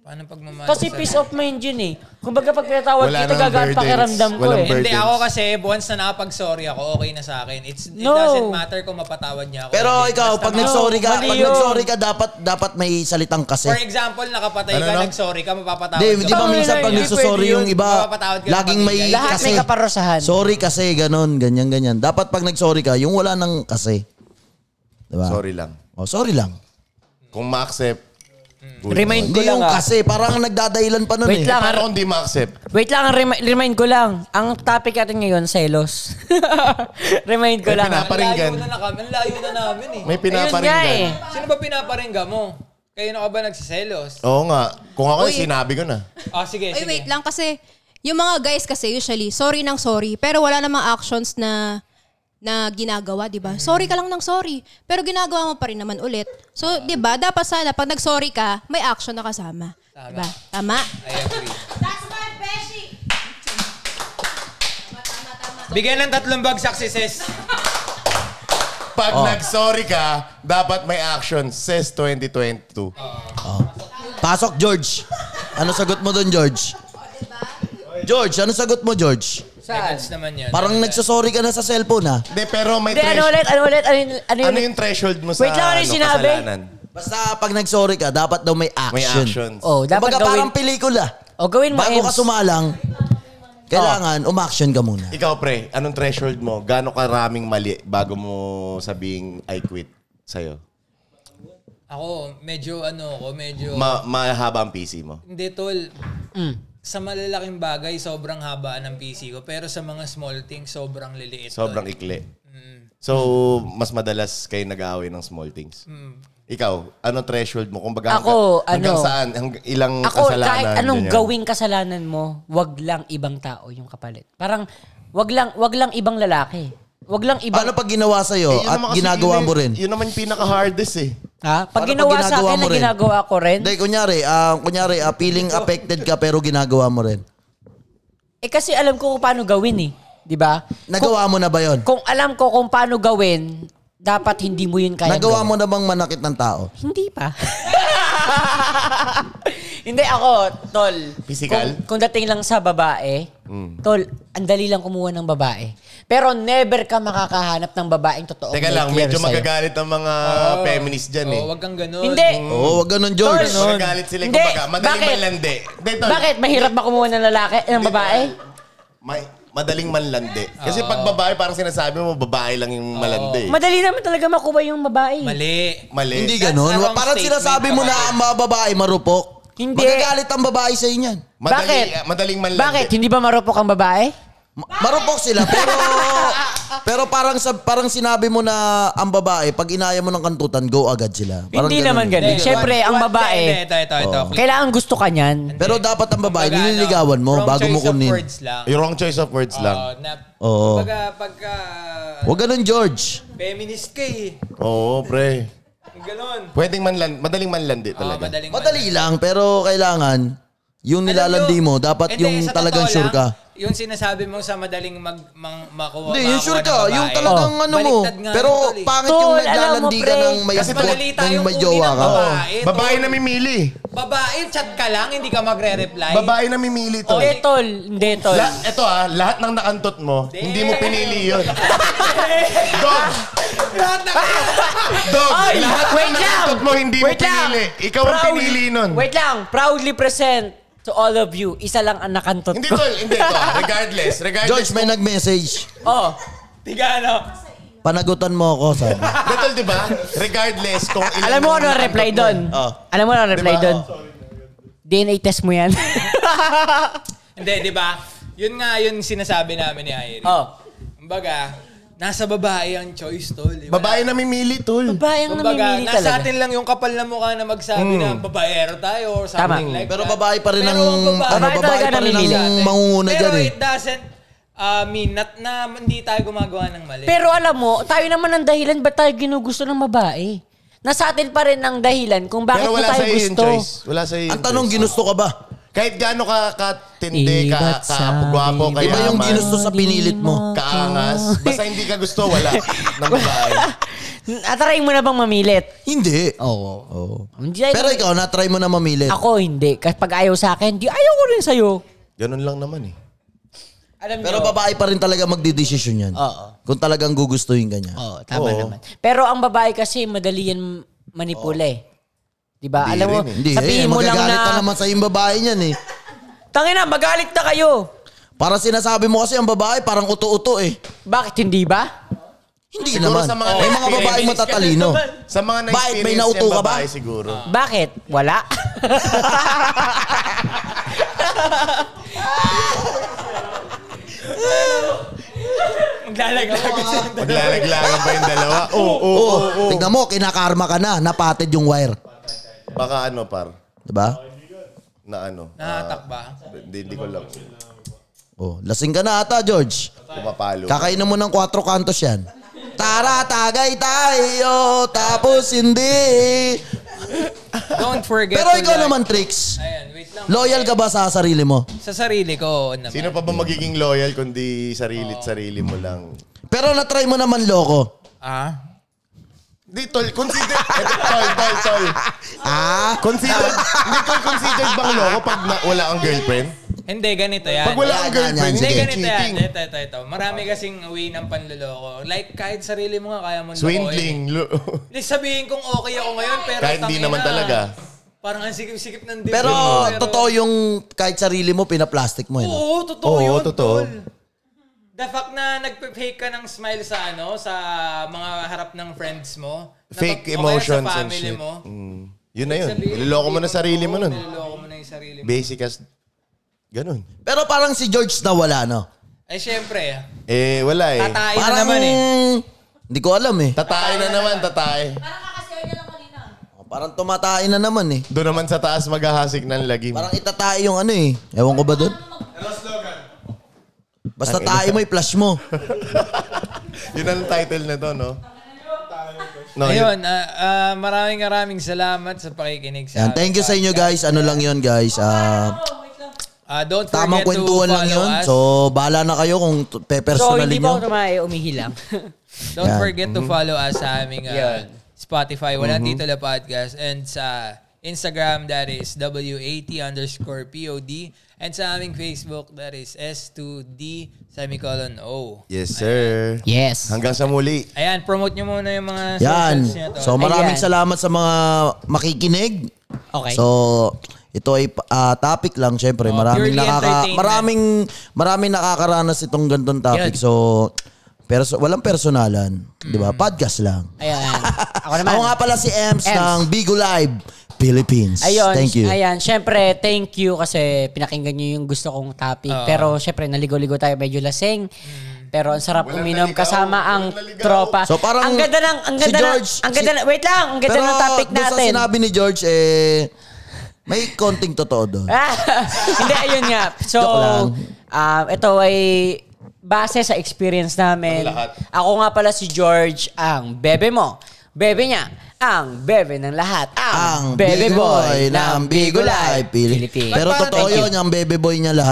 S5: Paano pagmamahal?
S4: Kasi
S5: sa-
S4: peace of mind yun eh. Kung baga pag pinatawad
S3: Wala
S4: kita,
S3: nang
S4: gagaan
S3: burdens.
S4: pakiramdam ko
S3: Walang
S4: eh.
S3: burdens.
S5: Hindi, ako kasi once na nakapag-sorry ako, okay na sa akin. It's, It
S4: No.
S5: doesn't matter kung mapatawad niya ako.
S2: Pero
S5: Hindi.
S2: ikaw,
S5: Basta
S2: pag
S5: ma-
S2: nag-sorry ka,
S4: mali
S2: pag
S4: yun.
S2: nag-sorry ka, dapat, dapat may salitang kasi.
S5: For example, nakapatay
S3: Ano
S5: ka,
S3: na?
S5: nag-sorry ka, mapapatawad
S2: Hindi, di
S5: ka.
S2: ba
S4: Tama
S2: minsan
S4: na
S2: pag
S4: yun.
S2: nagsusorry
S4: Pwede
S2: yung
S4: yun.
S2: iba,
S5: Mapapatawad ka ng
S2: laging may
S5: pamilya.
S4: Lahat
S2: kasi.
S4: may kaparusahan.
S2: Sorry kasi, ganun, ganyan, ganyan. Dapat pag nag-sorry ka, yung wala nang kasi. Diba?
S3: Sorry lang.
S2: Oh, sorry lang.
S3: Kung ma-accept, good.
S4: Remind ko
S2: Hindi
S4: lang
S2: yung
S4: ah.
S2: kasi, parang nagdadahilan pa nun
S4: Wait
S2: eh.
S4: lang,
S3: Paano
S4: ah.
S3: kung di ma-accept?
S4: Wait lang, ang remi- remind ko lang. Ang topic natin ngayon, selos. <laughs> remind ko
S2: Eh,
S3: May
S4: lang. ah.
S3: pinapa- Paringgan.
S5: Layo na na kami. Ang layo na namin eh.
S4: Ayun
S3: May
S4: nga eh.
S3: pinaparinggan.
S5: Sino ba pinaparingga mo? Kayo na ka ba nagsiselos?
S3: Oo nga. Kung ako,
S1: Uy.
S3: sinabi ko na.
S5: Ah, sige,
S1: Ay,
S5: sige.
S1: wait lang kasi yung mga guys kasi usually sorry ng sorry pero wala namang actions na na ginagawa, 'di ba? Sorry ka lang ng sorry, pero ginagawa mo pa rin naman ulit. So, 'di ba? Dapat sana pag nag-sorry ka, may action na kasama. 'Di ba? Tama.
S5: I agree.
S6: That's my beshi!
S5: Bigyan ng tatlong bagsak si Ses.
S3: Pag nag-sorry ka, dapat may action. Says 2022.
S2: Pasok, George. Ano sagot mo doon, George? George, ano sagot mo, George?
S5: Saan? naman yun.
S2: Parang nagsasorry ka na sa cellphone, ha?
S3: Hindi, pero may
S4: Hindi, ano
S3: threshold.
S4: ulit, ano ulit, ano yung- ano
S3: Ano
S4: yung-
S3: yung threshold mo sa
S4: Wait lang, ano yung sinabi?
S3: kasalanan?
S2: Basta pag nag-sorry ka, dapat daw may action.
S3: May actions.
S4: Oh, dapat
S2: Kumbaga,
S4: gawin.
S2: parang pelikula.
S4: O, Oh, gawin mo,
S2: Bago ka
S4: Ems.
S2: sumalang, kailangan
S3: Oh.
S2: umaction ka muna.
S3: Ikaw, pre, anong threshold mo? Gano'ng karaming mali bago mo sabing I quit sa'yo?
S5: Ako, medyo ano ko, medyo...
S3: Ma mahaba ang PC mo.
S5: Hindi, tol. Sa malalaking bagay, sobrang habaan ng PC ko. Pero sa mga small things, sobrang liliit. tol.
S3: Sobrang ikli. Mm. So, mas madalas kayo nag-aaway ng small things. Ikaw, ano threshold mo? Kung baga,
S4: Ako,
S3: hanggang
S4: ano?
S3: saan? Hang- ilang
S4: Ako,
S3: kasalanan?
S4: kahit anong
S3: ganyan?
S4: gawing kasalanan mo, wag lang ibang tao yung kapalit. Parang, wag lang, wag lang ibang lalaki. Wag lang ibang...
S2: Paano pag ginawa
S3: Eh,
S2: sa'yo
S3: yun
S2: at
S3: naman kasi
S2: ginagawa
S3: yun
S2: mo
S3: eh.
S2: rin?
S3: Yun naman yung pinaka-hardest eh.
S4: ha? Pag
S2: Paano
S4: ginawa
S2: pag
S4: sa
S2: ginagawa
S4: akin
S2: mo
S4: na
S2: rin?
S4: ginagawa ko rin,
S2: Hindi, kunyari, ah, kunyari ah, feeling affected ka pero ginagawa mo rin.
S4: eh kasi alam ko kung paano gawin eh. Di ba?
S2: Nagawa mo na ba yon?
S4: Kung alam ko kung paano gawin, dapat hindi mo yun kaya
S2: Nagawa mo na bang manakit ng tao?
S4: Hindi pa. <laughs> Hindi ako, tol.
S3: Physical? Hmm.
S4: Kung, kung dating lang sa babae, tol, ang dali lang kumuha ng babae. Pero never ka makakahanap ng babaeng totoo.
S3: Teka lang, medyo magagalit ang mga feminist dyan eh.
S5: Oo, wag kang ganun.
S4: Hindi.
S2: Oo, oh, wag ganun, George.
S4: Tol,
S3: Magagalit sila
S4: Hindi.
S3: kung baga. Madaling
S4: Bakit?
S3: manlandi. Hindi, tol.
S4: Bakit? Mahirap ba kumuha ng lalaki, ng babae?
S3: May, madaling manlandi. Kasi pag babae, parang sinasabi mo, babae lang yung malandi. eh.
S4: Madali naman talaga makuha yung babae.
S5: Mali.
S3: Mali.
S2: Hindi
S5: That's
S2: ganun.
S5: a wrong
S2: Parang
S5: statement,
S2: sinasabi mo na
S5: kapatid.
S2: ang mga babae marupok.
S4: Hindi.
S2: Magagalit ang babae sa inyan.
S3: Madali,
S4: Bakit?
S3: Madaling manlandi.
S4: Bakit? Hindi ba marupok ang babae?
S2: Ma- Marupok sila,
S5: <laughs>
S2: pero pero parang sa, parang sinabi mo na ang babae, pag inaya mo ng kantutan, go agad sila. Parang
S4: Hindi naman ganun.
S5: Hindi,
S4: Siyempre, ang
S5: What-
S4: babae, Oh.
S5: Hindi, eh. ito, ito, ito.
S4: kailangan gusto ka niyan.
S2: Pero dapat ang babae,
S5: Kumbaga, ano,
S2: nililigawan mo
S5: wrong
S2: bago mo
S5: choice of
S2: kunin.
S5: words lang.
S3: Yung wrong choice of words lang.
S5: Oo, na,
S2: Oo. Oh.
S5: Kumbaga, pagka
S2: Huwag ganun, George.
S5: feminist ka eh.
S3: Oo, pre.
S5: Ganon.
S3: Pwedeng manlan, madaling manlandi
S5: Oo,
S3: talaga.
S5: madaling
S2: Madali lang, pero kailangan, yung nilalandi
S5: Alam
S2: mo,
S5: nyo,
S2: dapat
S5: hindi,
S2: yung
S5: sa
S2: talagang
S5: totoo
S2: sure ka.
S5: lang, Yung sinasabi mo sa madaling mag, mang, makuha.
S2: Hindi, yung
S5: makakuha
S2: sure
S5: ng
S2: ka.
S5: babae.
S2: Yung talagang
S5: Oh.
S2: ano mo.
S5: Baliktad nga
S2: Pero
S5: yun, tol, eh.
S2: pangit yung
S4: Tol, alam mo,
S2: naglalandi ka
S4: pre.
S2: ng may,
S5: Kasi madali
S2: ng
S5: tayong
S2: may
S5: kunin
S2: jowa ka.
S5: ng
S2: oh.
S5: babae. tol.
S3: Babae na mimili.
S5: Babae, chat ka lang, hindi ka magre-reply.
S3: Babae na mimili to.
S4: Hindi, tol. Hindi, tol.
S3: La, ito ah, lahat ng nakantot mo, hindi mo pinili
S4: <laughs>
S3: yun. Dog!
S5: Lahat
S3: <laughs>
S5: na kayo.
S3: Dog!
S4: Ay,
S3: lahat ng
S4: wait lang!
S3: nakantot mo, hindi
S4: Wait
S3: mo pinili.
S4: lang!
S3: Ikaw ang
S4: Proudly-
S3: pinili nun.
S4: Wait lang. Proudly present to all of you. Isa lang ang nakantot
S3: Hindi
S4: ko.
S3: tol, hindi to. ah. Regardless, regardless.
S2: George, may nag-message.
S4: <laughs> Oh.
S5: Tiga ano.
S2: Panagutan mo ako, sabi.
S3: Hindi, tol, di ba? Regardless kung ilan
S4: Alam mo
S3: yung
S4: ano ang reply
S3: nakantot
S4: doon?
S3: mo. Oh.
S4: Alam mo ano ang reply
S3: Diba?
S4: doon? DNA test mo yan.
S5: Hindi, di ba? Yun nga yun sinasabi namin ni Irene.
S4: <laughs> oh.
S5: Kumbaga, nasa babae ang choice, tol. Wala-
S3: Babae na mimili, tol.
S4: Babae ang namimili
S5: nasa
S4: talaga. Hmm.
S5: atin lang yung kapal na mukha na magsabi na babaero tayo or something
S4: Tama.
S5: like
S2: Pero
S5: that.
S2: babae pa rin
S5: Pero
S2: ang, ano,
S4: babae
S2: babae
S4: talaga
S2: pa rin
S4: namimili.
S2: ang mangunguna
S5: Pero
S2: dyan eh.
S5: it doesn't uh, mean not na hindi tayo gumagawa ng mali.
S4: Pero alam mo, tayo naman ang dahilan ba't tayo ginugusto ng babae? Nasa atin pa rin ang dahilan kung bakit
S3: Pero
S4: mo
S3: wala
S4: tayo
S3: sa'yo yung
S4: gusto.
S3: choice. Wala sa'yo yung
S2: Ang tanong,
S3: choice.
S2: ginusto ka ba?
S3: Kahit gaano ka katindi, ka,
S4: Iba't
S3: ka,
S4: sabi
S3: gwapo, kaya
S2: Iba yung
S4: Yaman.
S2: ginusto sa pinilit mo.
S3: kaangas. Basta hindi ka gusto,
S2: <laughs>
S3: wala. Ng babae.
S4: Atry Ah, mo na bang mamilit?
S2: Hindi.
S4: Oo.
S2: Oo.
S4: Hindi
S2: Pero ikaw, na-try mo na mamili.
S4: Ako hindi. Kasi pag ayaw sa akin, di ayaw ko rin sa'yo.
S3: Ganun lang naman eh.
S4: Alam
S2: Pero babae pa rin talaga magdidesisyon yan.
S4: Oo.
S2: Kung talagang gugustuhin ka niya.
S4: Oo, tama
S3: Oo.
S4: naman. Pero ang babae kasi madali yan manipula eh. Diba? Alam mo,
S3: rin
S2: Hindi, eh,
S4: sabihin mo lang
S2: magagalit ka
S4: na,
S2: naman sa yung babae niyan eh.
S4: tangina, magalit na kayo.
S2: Para sinasabi mo kasi ang babae parang uto-uto eh.
S4: Bakit hindi ba?
S2: Hindi
S3: Siguro
S2: naman.
S3: sa mga
S2: may mga babaeng
S5: na-experience ka
S2: matatalino.
S5: naman.
S3: Sa mga
S2: Bakit? May
S3: na-experience
S2: nauto
S3: yung
S2: ka ba?
S3: babae siguro.
S4: Bakit?
S2: <laughs>
S4: Wala.
S5: Maglalaglag kasi.
S3: Maglalaglagan ba yung dalawa? Oo, oo,
S2: Oo.
S3: oo.
S2: Tignan mo, kinakarma ka na. Napatid yung wire.
S3: Baka ano par,
S2: Diba?
S3: na ano.
S5: Nakatak ba?
S3: ah, Hindi, hindi ko lang.
S2: Oh, lasing ka na ata, George.
S3: Pumapalo.
S2: Kakainan mo ng 4 kantos yan. Tara, tagay tayo, tapos hindi.
S5: Don't forget
S2: Pero
S5: to
S2: ikaw
S5: like-
S2: naman, Tricks.
S5: Ayan, wait lang.
S2: Loyal ka ba sa sarili mo?
S5: Sa sarili ko ano oo naman.
S3: Sino pa ba magiging loyal kundi sarili at sarili mo lang?
S2: Pero na-try mo naman loko.
S5: Ah?
S3: Di, tol, consider...
S2: <laughs>
S3: Eto, tol, tol, tol.
S2: Ah?
S3: Considered, hindi, tol, considered bang loko pag na, wala ang girlfriend?
S5: Hindi, ganito yan.
S3: Pag wala
S2: Yan,
S3: ang
S2: yan,
S3: girlfriend,
S2: yan,
S5: Hindi,
S3: hindi
S2: sige.
S5: ganito yan.
S3: cheating.
S5: Ito, ito, ito. Marami kasing way ng panloloko. Like, kahit sarili mo nga, kaya mo lokohin.
S3: Swindling.
S5: eh.
S3: lo- <laughs>
S5: Hindi sabihin kong okay ako ngayon, pero
S3: Kahit di
S5: tangina,
S3: naman talaga.
S5: Parang ang sikip-sikip ng dibdib
S2: Pero
S5: mo,
S2: totoo yung kahit sarili mo, pinaplastic mo eh, yun.
S5: Oo, totoo
S3: Oo,
S5: yun,
S3: totoo.
S5: tol. The fact na nagpe-fake ka ng smile sa ano, sa mga harap ng friends mo. na
S3: Fake
S5: pag- o kaya
S3: emotions
S5: sa
S3: and
S5: family
S3: shit.
S5: Mo,
S3: Mm. Yun na yun.
S5: sabihin,
S3: Niloloko mo na
S5: hindi
S3: sarili mo
S5: oo,
S3: nun.
S5: Niloloko mo na yung sarili mo.
S3: Basic as... Ganun.
S2: Pero parang si George na wala, no?
S5: Ay, syempre.
S3: Eh, wala eh.
S5: Tatain na
S2: Parang,
S5: naman eh.
S2: Hindi ko alam eh.
S3: Tatay na naman, tatay.
S2: Parang tumatain na naman eh.
S3: Doon naman sa taas maghahasik ng lagim.
S2: Parang itatay yung ano eh. Ewan ko ba doon? Basta tayo mo, i-flash mo.
S3: Yun ang title na to, no? No, yun.
S5: Ayun, ah, ah, maraming maraming salamat sa pakikinig sa
S2: Yan, thank you sa inyo guys. Ano lang yun guys. Ah,
S5: Ah, don't forget
S2: tamang
S5: to follow
S2: kwentuhan lang yun.
S5: us.
S2: So, bahala na kayo kung t-
S4: So,
S2: pe-
S4: hindi
S2: personally
S4: ba ako
S2: nyo.
S4: tumayo, umihi lang.
S5: Don't
S2: Yan.
S5: forget to follow us sa aming uh,
S4: Yan.
S5: Spotify,
S2: Mhm.
S5: Walang Titulo Podcast, and sa Instagram, that is WAT underscore POD, and sa aming Facebook, that is S2D semicolon O.
S3: Yes, sir.
S4: yes.
S3: Hanggang sa muli.
S5: Ayan, promote nyo muna yung mga
S2: Yan.
S5: socials nyo to.
S2: So, maraming
S4: Ayan.
S2: salamat sa mga makikinig.
S4: Okay.
S2: So, ito ay ah, topic lang syempre.
S5: Oh,
S2: maraming
S5: purely
S2: nakaka
S5: entertainment.
S2: maraming maraming nakakaranas itong ganitong topic.
S4: Yun.
S2: So, perso walang personalan, 'di ba? Podcast lang.
S4: Ayan. Ako naman.
S2: Ako nga pala si Ems,
S4: Ems.
S2: ng Bigo Live Philippines.
S4: Ayun,
S2: Thank you.
S4: Ayan, syempre, thank you kasi pinakinggan nyo yung gusto kong topic. Pero syempre, naligo-ligo tayo, medyo lasing.
S5: Mm.
S4: Pero ang sarap uminom kasama ang tropa.
S2: So, parang
S4: ang ganda ng ang
S2: si
S4: ganda ng
S2: George,
S4: ang ganda
S2: si-
S4: ng- wait lang, ang ganda
S2: Pero
S4: ng topic
S2: doon sa
S4: natin.
S2: sinabi ni George, eh, may konting totoo doon.
S4: Ah, <laughs> Hindi, ayun nga. So,
S2: Joke lang.
S4: um, ito ay base sa experience namin.
S5: Ano
S4: Ako nga pala si George, ang bebe mo. Bebe niya, ang bebe ng lahat. Ang, bebe boy, ng Bigolay.
S2: Pili- Pero
S5: Parang
S2: totoo
S5: thank you.
S2: yun, ang bebe boy niya lahat.